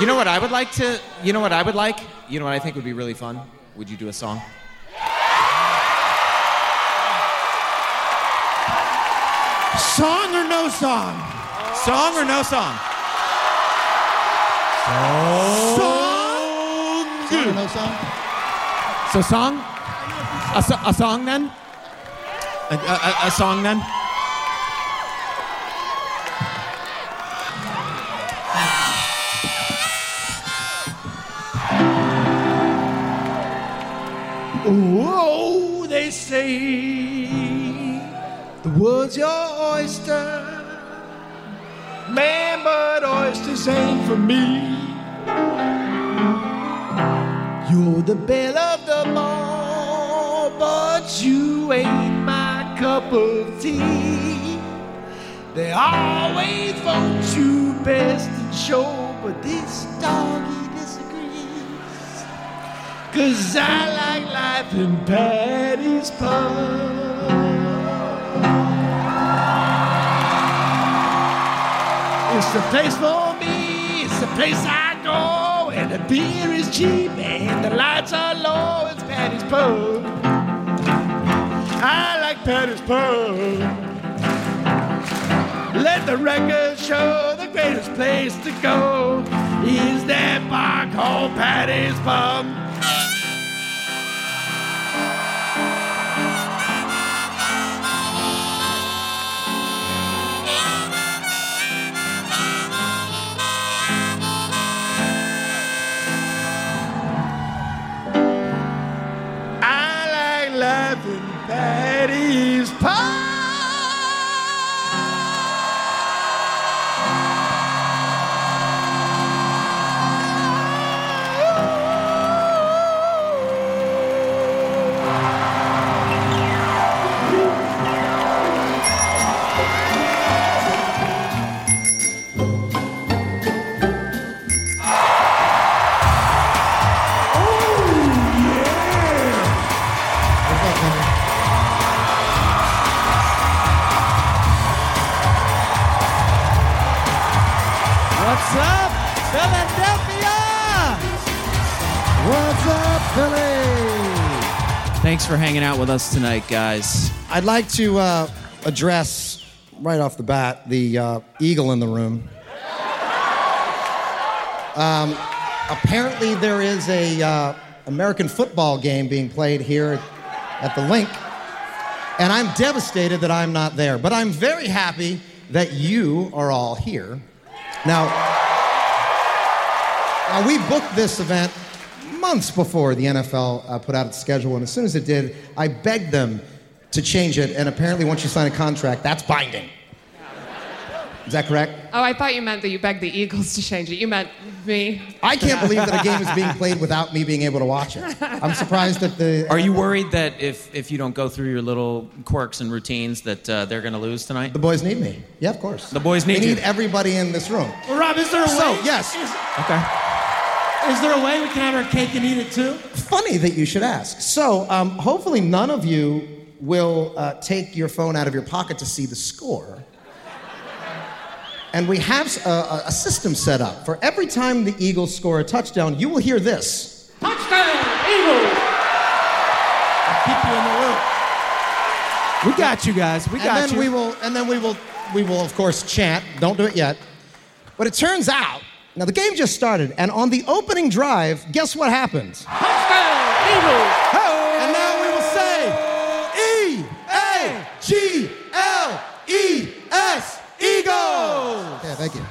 You know what I would like to? You know what I would like? You know what I think would be really fun? Would you do a song? Song or no song? Song or no song? Song. Song or no song? So song? A, so- a song then? A, a- a- a song then? Whoa, they say the world's your oyster. Man, but oysters ain't for me. You're the belle of the ball, but you ain't my cup of tea. They always vote you best in show, but this doggy disagrees. Cause I like life in Patty's Pub. It's the place for me, it's the place I go, and the beer is cheap and the lights are low. It's Patty's Pub. I like Patty's Pub. Let the record show the greatest place to go is that bar called Patty's Pub. I like laughing Patty's Pub. What's up, Philadelphia? What's up, Philly? Thanks for hanging out with us tonight, guys. I'd like to uh, address right off the bat the uh, eagle in the room. Um, apparently, there is a uh, American football game being played here at the link, and I'm devastated that I'm not there. But I'm very happy that you are all here. Now, now Uh, we booked this event months before the NFL uh, put out its schedule, and as soon as it did, I begged them to change it. And apparently, once you sign a contract, that's binding. Is that correct? Oh, I thought you meant that you begged the Eagles to change it. You meant me. I can't believe that a game is being played without me being able to watch it. (laughs) I'm surprised that the. Are you worried that if, if you don't go through your little quirks and routines that uh, they're going to lose tonight? The boys need me. Yeah, of course. The boys need They you. need everybody in this room. Well, Rob, is there a So, way? yes. Okay. Is there a way we can have our cake and eat it too? Funny that you should ask. So, um, hopefully, none of you will uh, take your phone out of your pocket to see the score. And we have s- a, a- a system set up for every time the Eagles score a touchdown, you will hear this. Keep you in the loop. We got you guys. We and got then you. We will, and then we will, we will of course chant. Don't do it yet. But it turns out now the game just started, and on the opening drive, guess what happens? Eagles. And now we will say E A G L E S Eagles. Yeah, thank you.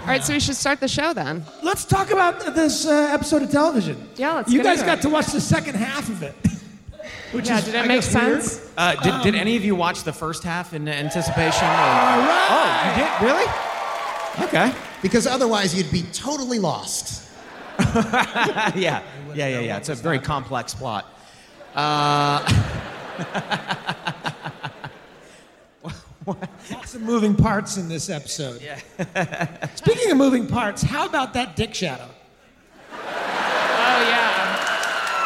All right, so we should start the show then. Let's talk about this uh, episode of television. Yeah, let's. you get guys into it. got to watch the second half of it. Which Yeah, is, did that I make guess, weird. sense? Uh, did, did Um, any of you watch the first half in anticipation? All Oh, you right. did? Really? Okay. Because otherwise you'd be totally lost. (laughs) yeah, yeah, yeah, yeah. It's a very complex plot. Uh, (laughs) Lots of moving parts in this episode. Yeah. Speaking of moving parts, how about that dick shadow? Oh yeah.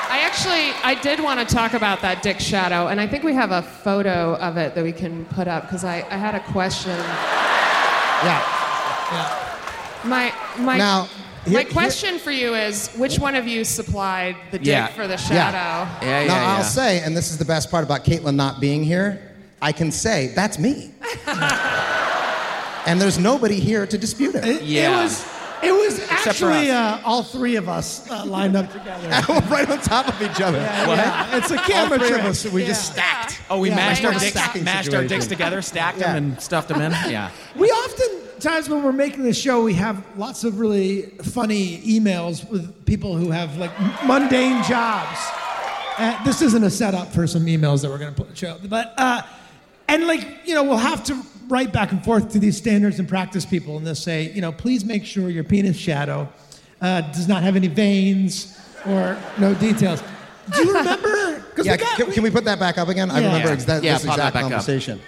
I actually I did want to talk about that dick shadow, and I think we have a photo of it that we can put up because I, I had a question. Yeah. My my Now, here- my here- question for you is which one of you supplied the dick Yeah. for the Yeah. shadow? now I'll say, and this is the best part about Caitlin not being here, I can say that's me. and there's nobody here to dispute it. It was, it was for actually us. uh, all three of us uh, lined up together. (laughs) right on top of each other. Yeah, yeah. It's a camera All three trick. of us, we just Yeah. stacked. oh, we Yeah, mashed, like our a dicks, stacking mashed our dicks situation. together, stacked Yeah. them, and stuffed (laughs) them in. Yeah. We often times when we're making this show, we have lots of really funny emails with people who have like mundane jobs. Uh, this isn't a setup for some emails that we're going to show, but uh, and like you know, we'll have to write back and forth to these standards and practice people, and they'll say, you know, please make sure your penis shadow uh, does not have any veins or no details. Do you remember? 'Cause we Yeah, got- can, can we put that back up again? I Yeah. remember Yeah. ex- that, Yeah, this pop that exact back up. conversation.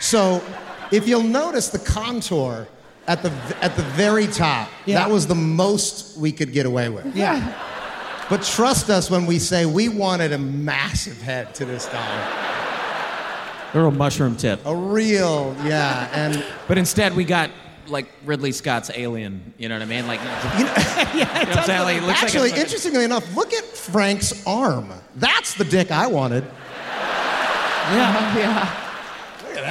So, if you'll notice the contour at the v- at the very top, Yeah. that was the most we could get away with. yeah. (laughs) But trust us when we say we wanted a massive head to this dog, Little mushroom tip. a real yeah, and But instead, we got like Ridley Scott's Alien. You know what I mean? Like, yeah, it does look- it looks like a Actually, fucking- interestingly enough, look at Frank's arm. That's the dick I wanted. Oh, Yeah. yeah. Look at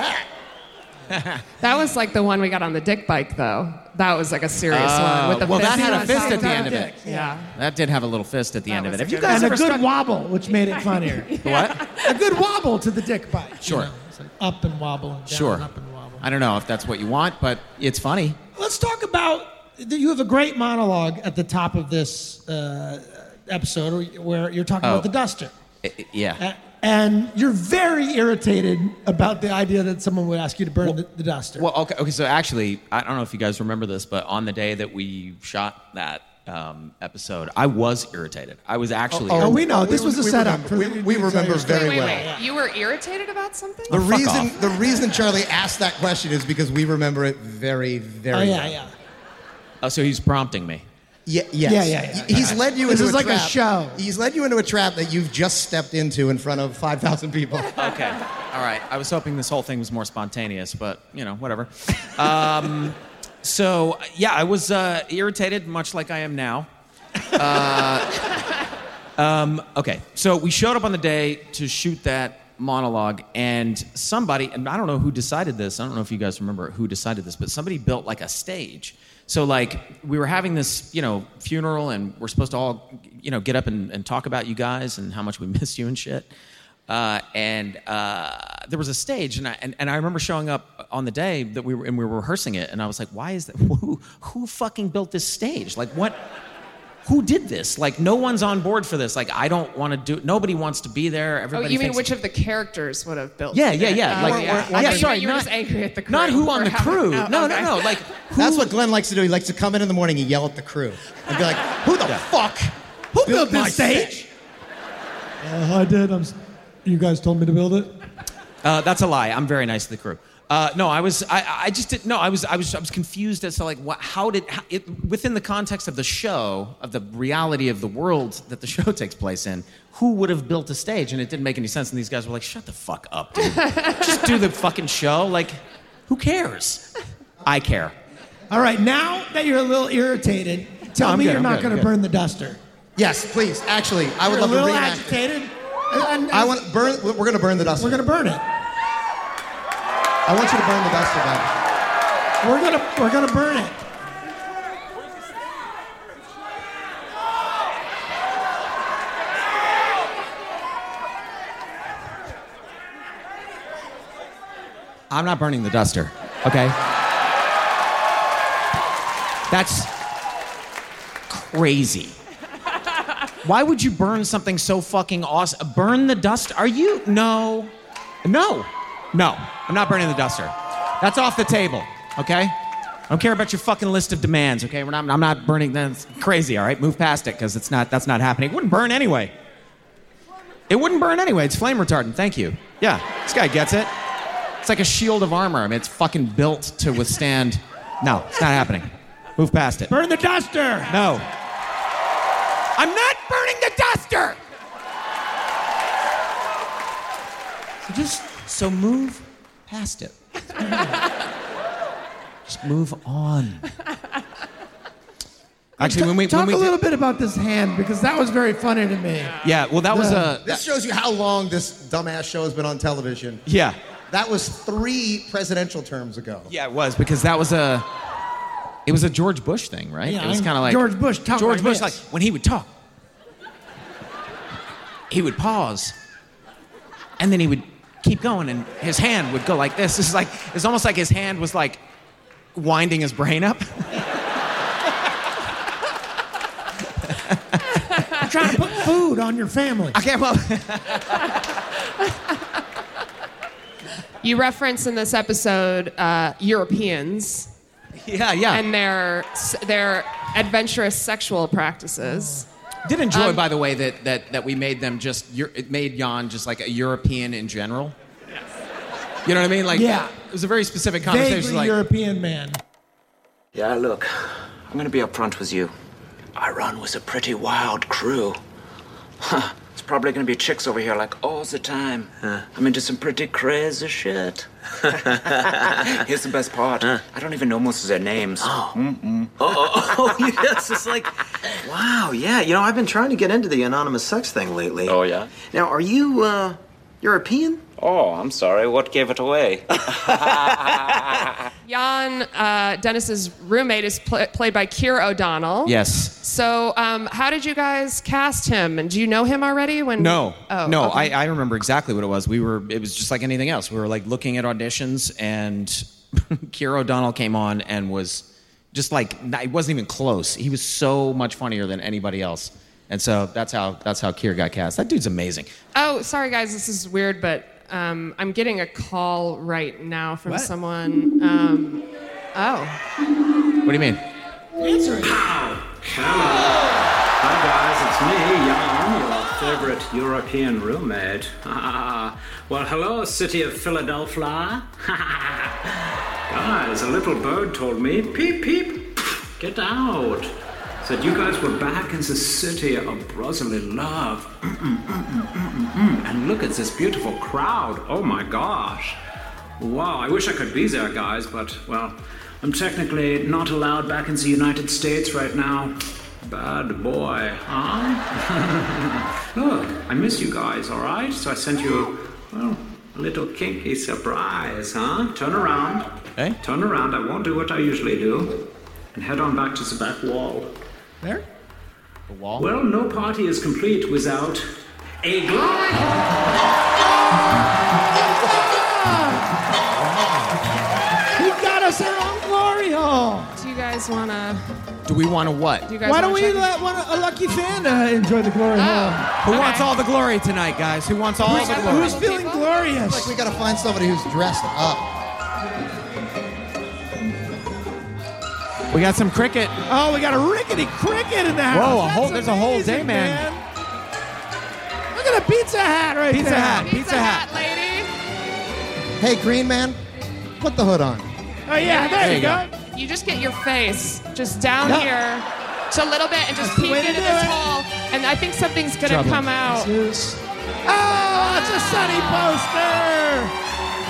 that. That was like the one we got on the dick bike though. That was like a serious Oh, one with the well, fist that had a on fist top at the end of dick. it. Yeah. That did have a little fist at the end of it. Have you and guys a ever good stuck- wobble, which made it (laughs) funnier. what? a good wobble to the dick bite. you Sure. know, it's like up and wobble and down and Sure. up and wobble. I don't know if that's what you want, but it's funny. Let's talk about that. You have a great monologue at the top of this uh, episode where you're talking Oh. about the duster, I- I- yeah. A- and you're very irritated about the idea that someone would ask you to burn the, the duster. Well, okay, okay. So actually, I don't know if you guys remember this, but on the day that we shot that um, episode, I was irritated. I was actually. oh, irritated. we know this was a we setup. remember- we- we remember very Wait, well. wait. You were irritated about something? The reason the reason Charlie asked that question is because we remember it very, very. Oh, yeah, well. yeah. Oh, so he's prompting me. Yeah, yes. Yeah, yeah, yeah. He- He's led you This into is a like a trap. show. He's led you into a trap that you've just stepped into in front of 5,000 people. Okay. All right. I was hoping this whole thing was more spontaneous, but you know, whatever. Um, So yeah, I was uh, irritated, much like I am now. Uh, um, okay, so we showed up on the day to shoot that monologue, and somebody, and I don't know who decided this. I don't know if you guys remember who decided this, but somebody built like a stage. So like we were having this, you know, funeral, and we're supposed to all, you know, get up and, and talk about you guys and how much we (laughs) miss you and shit. Uh, and uh, there was a stage, and I and, and I remember showing up on the day that we were and we were rehearsing it, and I was like, "Why is that? (laughs) Who who fucking built this stage? Like, what? Who did this? Like, no one's on board for this. Like, I don't want to do. Nobody wants to be there. Oh, Everybody. you mean thinks- which of the characters would have built? Yeah, it? yeah, yeah. Oh, like, yeah. I thought you- sorry, you were not, just angry at the crew. not who on for the having- crew. oh, no, okay. (laughs) no, no. Like, (laughs) That's what Glenn likes to do. He likes to come in in the morning and yell at the crew and be like, "Who the fuck? Who built, this my stage?" Uh, I did. I'm. s- You guys told me to build it. Uh, that's a lie. I'm very nice to the crew. Uh, no, I was. I, I just didn't. No, I was. I was. I was confused as to like what, how did how, it within the context of the show of the reality of the world that the (laughs) show takes place in. Who would have built a stage? And it didn't make any sense. And these guys were like, "Shut the fuck (laughs) up, dude. just do the fucking show. Like, who cares? I care." All right, now that you're a little irritated, tell No, I'm me good, you're I'm not good, going I'm to good. burn the duster. Yes, please. Actually, I would You're love a little to reenact. it. agitated. And- and- (laughs) I want burn. We're gonna burn the duster. We're gonna burn it. I want you to burn the duster, man. We're gonna we're gonna burn it. I'm not burning the duster. Okay. That's crazy. Why would you burn something so fucking awesome? Burn the dust? Are you? No. No. No. I'm not burning the duster. That's off the table, okay? I don't care about your fucking list of demands, okay? We're not, I'm not burning. That's crazy, all right? Move past it because it's not. That's not happening. It wouldn't burn anyway. It wouldn't burn anyway. It's flame retardant. Thank you. Yeah, this guy gets it. It's like a shield of armor. I mean, it's fucking built to withstand. No, it's not happening. Move past it. Burn the duster. No. I'm not burning the duster. So just so move past it. just move on. Actually, when we Talk when we a did- little bit about this hand because that was very funny to me. yeah, well that was Yeah. a Uh, This shows you how long this dumbass show has been on television. yeah That was three presidential terms ago. yeah it was because that was a it was a George Bush thing, right? Yeah, it was I'm- kind of like George Bush talked George like Bush, this. like when he would talk, he would pause, and then he would keep going, and his hand would go like this. (laughs) It's like it's almost like his hand was like winding his brain up. I'm trying to put food on (laughs) your family. Okay, well, You reference in this episode uh, Europeans. Yeah, yeah. And their their adventurous sexual practices. Did enjoy, Um, by the way, that that that we made them just Eu- it made Jan just like a European in general. Yes. You know what I mean? Like Yeah. it was a very specific Vaguely conversation. Like European man. Yeah, look, I'm gonna be upfront with you. Iran was a pretty wild crew. Huh, it's probably gonna be chicks over here like all the time. I'm into some pretty crazy (laughs) shit. Here's the best part. I don't even know most of their names. Oh. Mm-mm. Oh, (laughs) oh, oh, yes, it's (laughs) like, wow, yeah. You know, I've been trying to get into the anonymous sex thing lately. Oh, yeah? Now, are you, uh, European? Oh, I'm sorry. What gave it away? Jan uh, Dennis's roommate is pl- played by Keir O'Donnell. yes. So, um, how did you guys cast him? And do you know him already? When No, oh, no, okay. I, I remember exactly what it was. We were, it was just like anything else. We were like looking at auditions, and (laughs) Kier O'Donnell came on and was just like, not- it wasn't even close. He was so much funnier than anybody else, and so that's how that's how Kier got cast. That dude's amazing. Oh, sorry guys, this is weird, but um, I'm getting a call right now from someone. Um, oh, What do you mean? Hi guys, it's me, Jan, your favorite European roommate. (laughs) Ah, well, hello, city of Philadelphia. (laughs) guys, a little bird told me, peep peep, get out. Said you guys were back in the city of brotherly love. (laughs) Mm-mm, mm-mm, mm-mm, mm. And look at this beautiful crowd. Oh my gosh. Wow, I wish I could be there, guys, but, well, I'm technically not allowed back into the United States right now. Bad boy, huh? (laughs) Look, I miss you guys, alright? So I sent you, well, a little kinky surprise, huh? Turn around. Hey? Turn around, I won't do what I usually do. And head on back to the back wall. There? The wall? Well, no party is complete without a glide He got us our own glory hole. Do you guys want to? Do we want to what? Do you guys Why don't wanna we check- Ah. let one, a lucky fan uh, enjoy the glory hole? Who wants all the glory tonight, guys? Who wants all Who's- the glory? who's feeling glorious? Like we gotta find somebody who's dressed up. We got some cricket. Oh, we got a rickety cricket in the house. Whoa, a whole- That's there's a whole amazing, day, man. Look at a pizza hat right Pizza there. Hut, Pizza Pizza Hut. lady. Hey, Green Man, put the hood on. Oh yeah, there, you go. You just get your face just down Yeah. here, just a little bit, and just the peek way to into do this it. hole, and I think something's gonna Trouble. come out. Oh, it's a sunny poster.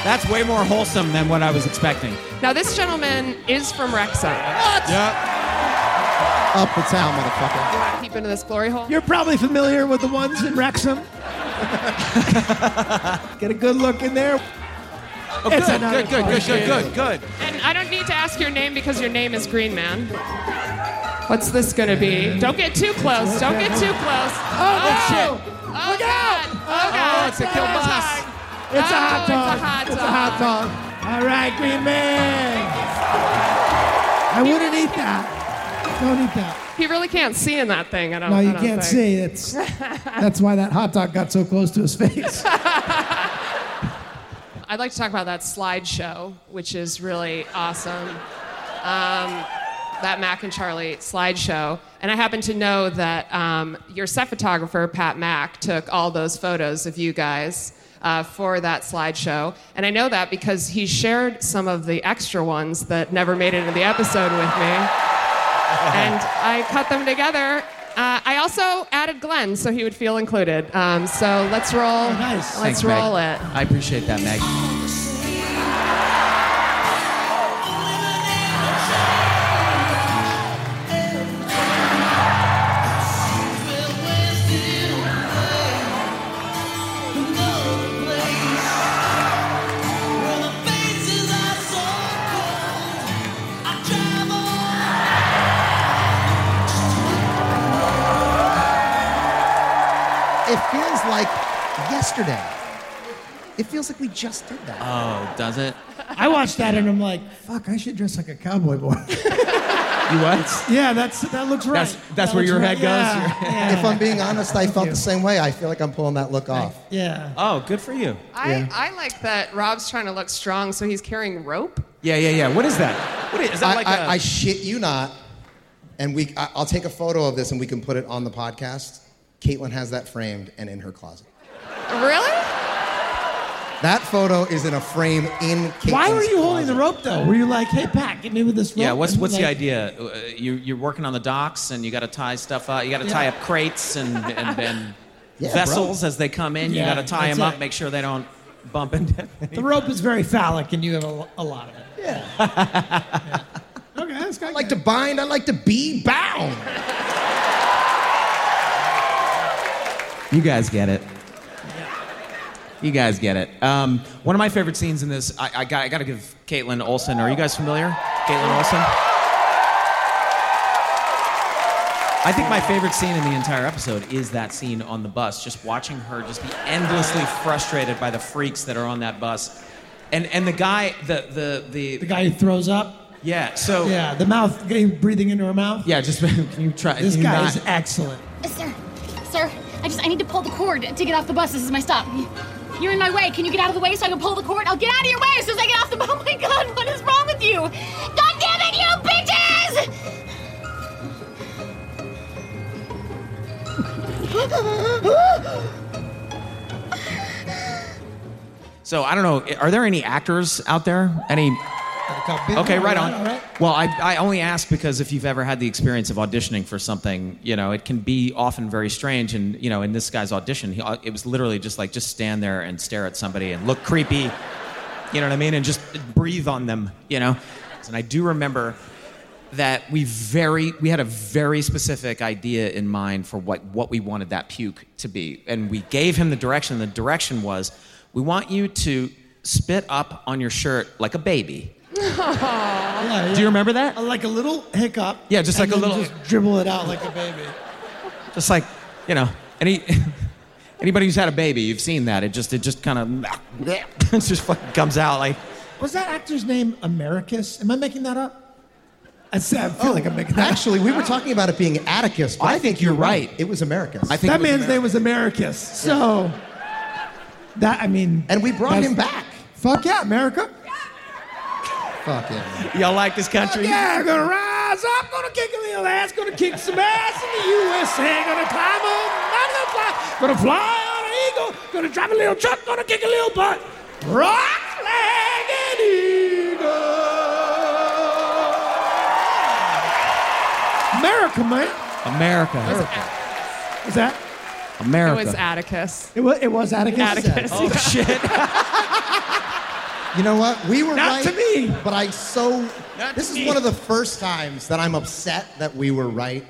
That's way more wholesome than what I was expecting. Now this gentleman is from Rexham. Yep. Up the town, motherfucker. You want to peep into this glory hole? You're probably familiar with the ones in Wrexham. (laughs) Get a good look in there. Oh, good, It's another good, good, good, question. good, good, good. And I don't need to ask your name because your name is Green Man. What's this gonna be? Don't get too close. Don't get too close. Oh, shit. Oh, Look out! Oh, God. it's a kill It's bus. hot. It's a hot Oh, dog. It's a hot dog. dog. All right, Green Man. I wouldn't eat that. Don't eat that. He really can't see in that thing. I don't. No, I you don't can't think. see. It's, (laughs) that's why that hot dog got so close to his face. I'd like to talk about that slideshow, which is really awesome. Um, that Mac and Charlie slideshow. And I happen to know that um, your set photographer, Pat Mack, took all those photos of you guys uh, for that slideshow. And I know that because he shared some of the extra ones that never made it into the episode with me. Uh-huh. and I cut them together. Uh, I also added Glenn so he would feel included. Um, so let's roll. Let's Oh, Thanks, Meg. roll it. I appreciate (laughs) that, Meg. It feels like yesterday. It feels like we just did that. Oh, does it? I watched that and I'm like, fuck, I should dress like a cowboy boy. (laughs) You what? yeah, that's that looks right. That's- that's where looks your head goes? Yeah, (laughs) yeah. If I'm being honest, I felt the same way. I feel like I'm pulling that look off. Yeah. Oh, good for you. I, Yeah. I like that Rob's trying to look strong, so he's carrying rope. Yeah, yeah, yeah. What is that? What is, is that I, like I- a- I shit you not. And we, I, I'll take a photo of this and we can put it on the podcast. Caitlin has that framed and in her closet. Really? That photo is in a frame in Caitlin's Why were you holding closet. the rope though? Were you like, hey Pat, get me with this rope? Yeah, what's And, what's the like, idea? Uh, You you're working on the docks and you got to tie stuff up. You got to Yeah. tie up crates and and, and (laughs) Yeah, vessels bro. as they come in. Yeah, you got to tie that's them up, it. make sure they don't bump into. The rope is very phallic, and you have a, a lot of it. Yeah. Okay, that's good. I like to bind, I like to be bound. You guys get it. You guys get it. Um, one of my favorite scenes in this, I, I got I got to give Caitlin Olsen. Are you guys familiar? Caitlin Olsen. I think my favorite scene in the entire episode is that scene on the bus, just watching her just be endlessly frustrated by the freaks that are on that bus. And and the guy, the the the, The guy who throws up. Yeah. So Yeah, the mouth, guy breathing into her mouth. Oh. yeah. Just (laughs) can you try? This can you guy not- is excellent. Uh, Sir, sir, I just I need to pull the cord to get off the bus. This is my stop. You're in my way. Can you get out of the way so I can pull the cord? I'll get out of your way as soon as I get off the (laughs) bus. Oh my god, what is wrong with you? God damn it, you bitches! So I don't know. Are there any actors out there? Any? Okay, right on. Well, I, I only ask because if you've ever had the experience of auditioning for something, you know, it can be often very strange. And you know, uh, in this guy's audition, he, it was literally just like just stand there and stare at somebody and look creepy You know what I mean? And just breathe on them, you know? And I do remember that we very we had a very specific idea in mind for what what we wanted that puke to be and we gave him the direction the direction was we want you to spit up on your shirt like a baby (laughs) Yeah, Uh, Do you remember that? Like a little hiccup. Yeah, just and like a then little- Just dribble it out like a baby. (laughs) just like you know any (laughs) anybody who's had a baby you've seen that it just it just kind of it (laughs) just fucking comes out like Was that actor's name Americus? Am I making that up? I, said, I feel Oh. like I'm making that Actually, we were talking about it being Atticus. But I, think, you're right. It was Americus. I think That it was man's name was Americus. So that I mean, and we brought him back. Fuck yeah, America! Fuck yeah. y'all like this country Yeah, gonna rise up, gonna kick in the ass, gonna kick some ass in the USA, gonna climb on mountain, fly, gonna fly on an eagle, gonna drive a little truck, gonna kick a little butt. Rock flag and eagle. America, man. America Is that? America It was Atticus. It was, it was Atticus. Atticus. (laughs) Oh, shit. You know what? We were right. Not to me. But I so. Not this to is me. one of the first times that I'm upset that we were right.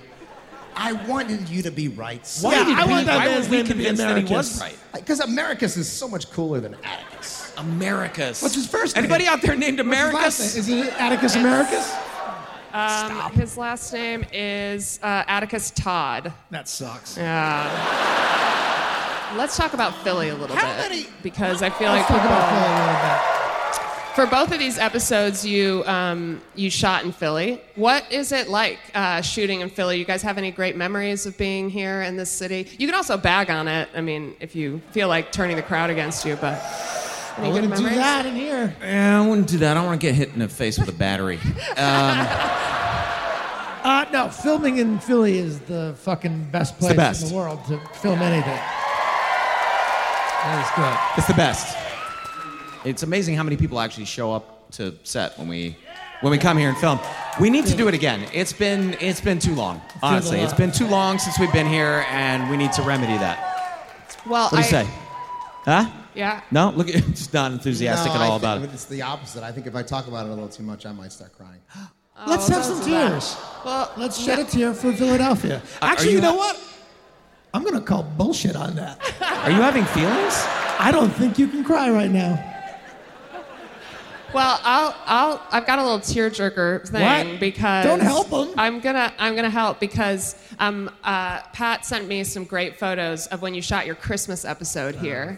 I wanted you to be right. Why Yeah, did I we- want that why were man's we name to be convinced that he Americus. was Americus? Because Americus is so much cooler than Atticus. Americus. What's his first name? Anybody out there named What's his last Americus? name? Is it Atticus Americus? Um, his last name is uh, Atticus Todd. That sucks. Yeah. Let's talk about Philly a little bit because I feel Let's like talk about people- Philly a little bit. For both of these episodes, you um, you shot in Philly. What is it like uh, shooting in Philly? You guys have any great memories of being here in this city? You can also bag on it. I mean, if you feel like turning the crowd against you, but any good wouldn't do memories? that in here. Yeah, Eh, I wouldn't do that. I don't want to get hit in the face with a (laughs) battery. Um, Uh, no, filming in Philly is the fucking best the place best. in the world to film anything. That is good. it's the best. It's amazing how many people actually show up to set when we when we come here and film. We need to do it again. It's been it's been too long. Honestly, it's been too long since we've been here, and we need to remedy that. Well, What do you I- say? Huh? Yeah. No, look, at (laughs) just not enthusiastic No, at all I about think it. It's the opposite. I think if I talk about it a little too much, I might start crying. Oh, Let's have some that's bad. tears. Well, Let's shed a tear for Philadelphia. Uh, are Actually, you, you know ha- what? I'm gonna call bullshit on that. Are you having feelings? I don't think you can cry right now. Well, I'll, I'll, I've got a little tearjerker thing What? because Don't help 'em. I'm gonna, I'm gonna help because um, uh, Pat sent me some great photos of when you shot your Christmas episode here,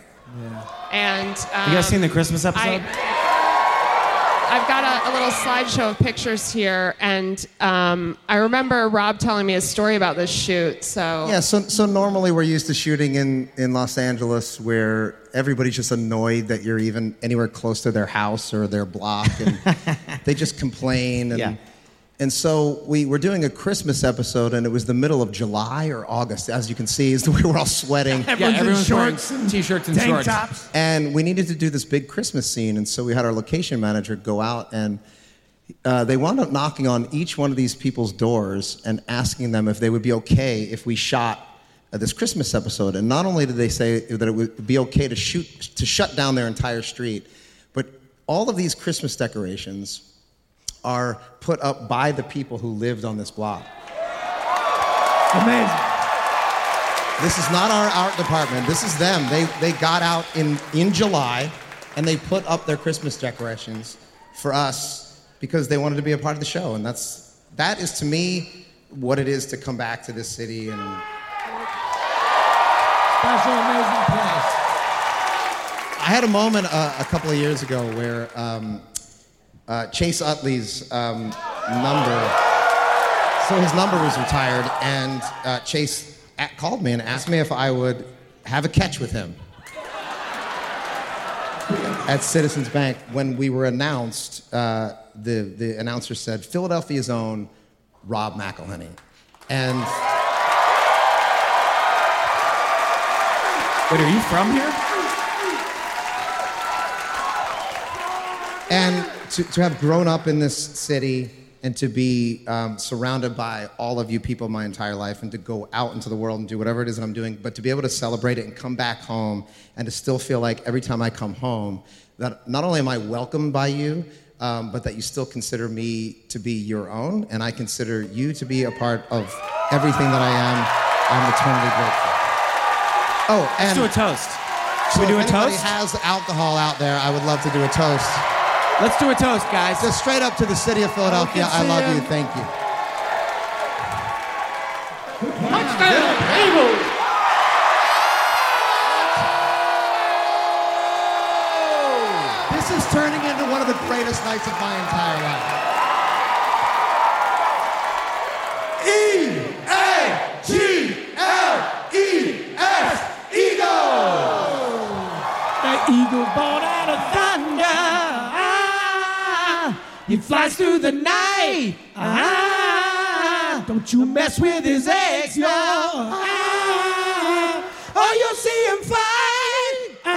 and um, you guys seen the Christmas episode? I, I've got a, a little slideshow of pictures here, and um, I remember Rob telling me a story about this shoot. So Yeah, so, so normally we're used to shooting in, in Los Angeles where everybody's just annoyed that you're even anywhere close to their house or their block (laughs) and they just complain. And, and so we were doing a Christmas episode and it was the middle of July or August, as you can see, is the way we're all sweating. (laughs) Everyone's in everyone's wearing shorts and t-shirts and tank shorts. tops. And we needed to do this big Christmas scene. And so we had our location manager go out and uh, they wound up knocking on each one of these people's doors and asking them if they would be okay if we shot uh, this Christmas episode. And not only did they say that it would be okay to shoot to shut down their entire street, but all of these Christmas decorations are put up by the people who lived on this block. Amazing. This is not our art department. This is them. They they got out in in July, and they put up their Christmas decorations for us because they wanted to be a part of the show. And that's that is to me what it is to come back to this city. And Special, amazing place. I had a moment uh, a couple of years ago where um, uh, Chase Utley's um, number. So his number was retired, and uh, Chase at, called me and asked me if I would have a catch with him. at Citizens Bank when we were announced, uh, the, the announcer said, Philadelphia's own Rob McElhenney. And. Wait, are you from here? And to, to have grown up in this city and to be um, surrounded by all of you people my entire life and to go out into the world and do whatever it is that I'm doing, but to be able to celebrate it and come back home and to still feel like every time I come home, that not only am I welcomed by you, um, but that you still consider me to be your own, and I consider you to be a part of everything that I am. I'm eternally grateful. Oh, and Let's do a toast. So Should we do a if anybody toast? has alcohol out there, I would love to do a toast. Let's do a toast, guys. Just straight up to the city of Philadelphia. I love you. Thank you. This is turning into one of the greatest nights of my entire life. E A G L E S Eagle. The eagle born out of thunder. Ah, he flies through the night. Ah, don't you mess with his eggs, no. Ah, oh, you'll see him fly. Ah,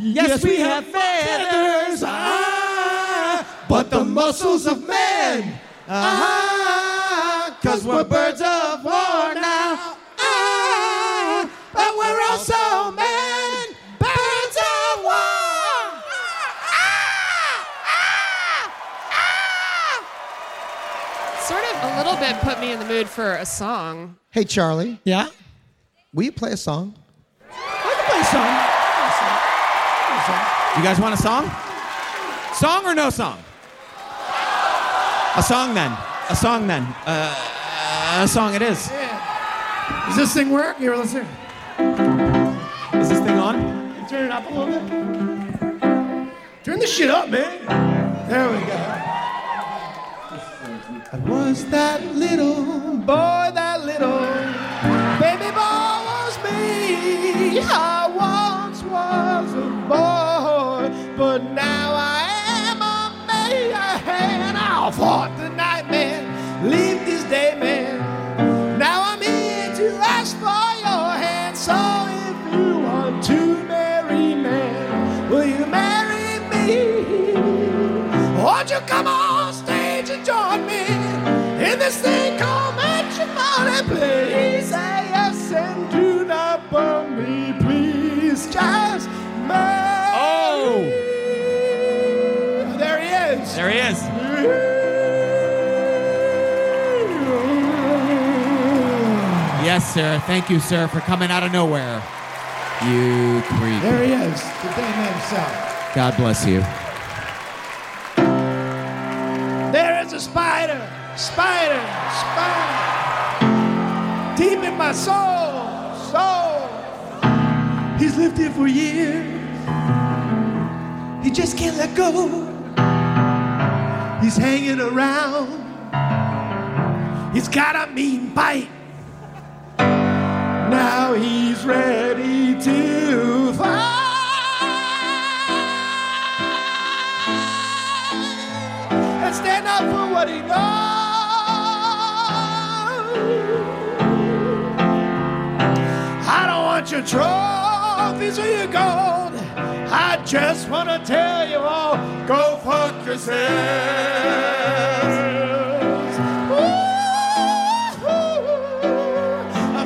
yes, we have feathers. Ah, but the muscles of men. Ah, cause we're birds of war now. Ah, but we're also men, birds of war. Ah, Sort of a little bit put me in the mood for a song. Hey, Charlie. Yeah? Will you play a song? I can play some. You guys want a song? Song or no song? A song then. A song then. Uh, a song it is. Does this thing work? Here, let's hear. Is this thing on? Turn it up a little bit. Turn this shit up, man. There we go. I was that little boy, that little baby boy was me. Yeah, I once was a boy, but now I am a man. I fought the nightmare, leave this day, man. Now I'm here to ask for your hand. So if you want to marry me, will you marry me? Won't you come on stage and join me in this thing called matrimony? Please say yes and do not burn me, please. Just marry. Oh, there he is. There he is. Yes, sir. Thank you, sir, for coming out of nowhere. You creep. There he is, the damn himself. God bless you. There is a spider, spider, spider, deep in my soul, soul. He's lived here for years. He just can't let go. He's hanging around. He's got a mean bite. Now he's ready to fight. and stand up for what he knows. I don't want your trophies or your gold. I just want to tell you all go fuck yourselves. Ooh,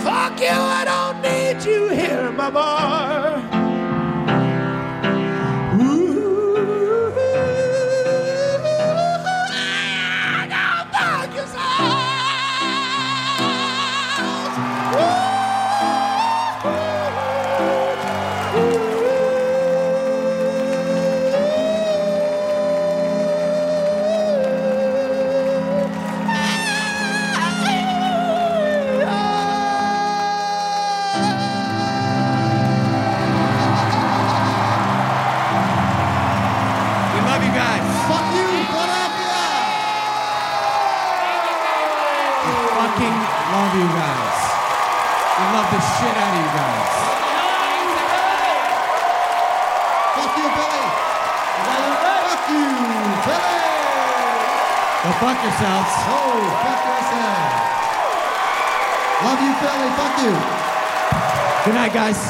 fuck you, I don't need you here, my boy. We love you guys. Fuck you, Philadelphia. We fucking love you guys. We love the shit out of you guys. Fuck you, Billy. Fuck you, Billy. Go fuck yourselves. Oh, fuck yourselves. Love you, Billy. Fuck you. Good night, guys.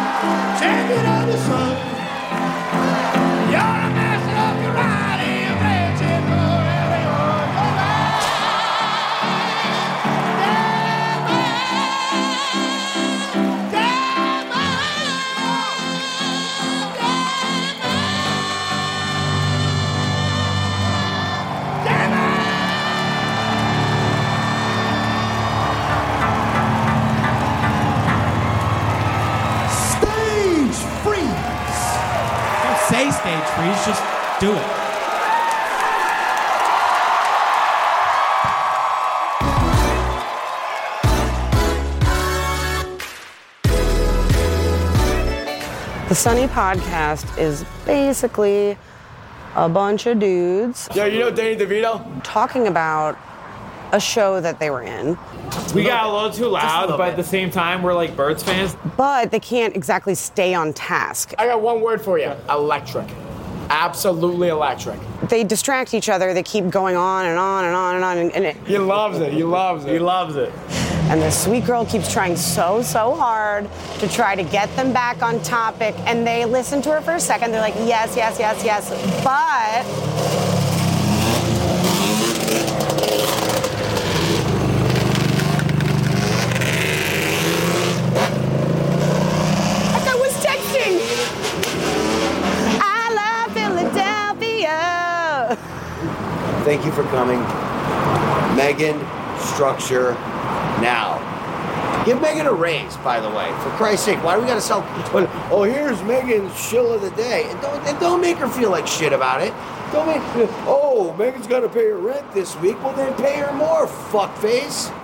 the sun. You're a master of karate, a legend for everyone. Go back. Stage freeze. Don't say stage freeze, just do it. The Sunny podcast is basically a bunch of dudes. Yo, you know Danny DeVito? Talking about a show that they were in. We got a little too loud, but at the same time, we're like Birds fans. But they can't exactly stay on task. I got one word for you electric. Absolutely electric. They distract each other, they keep going on and on and on and on. And, and it, He loves it. He loves it. He loves it. And this sweet girl keeps trying so, so hard to try to get them back on topic. And they listen to her for a second. They're like, yes, yes, yes, yes. But As I was texting. I love Philadelphia. Thank you for coming. Megan, structure now. Give Megan a raise, by the way. For Christ's sake, why do we gotta sell? Oh, here's Megan's shill of the day. And don't, and don't make her feel like shit about it. Don't make. Oh, Megan's gotta pay her rent this week. Well, then pay her more, fuckface.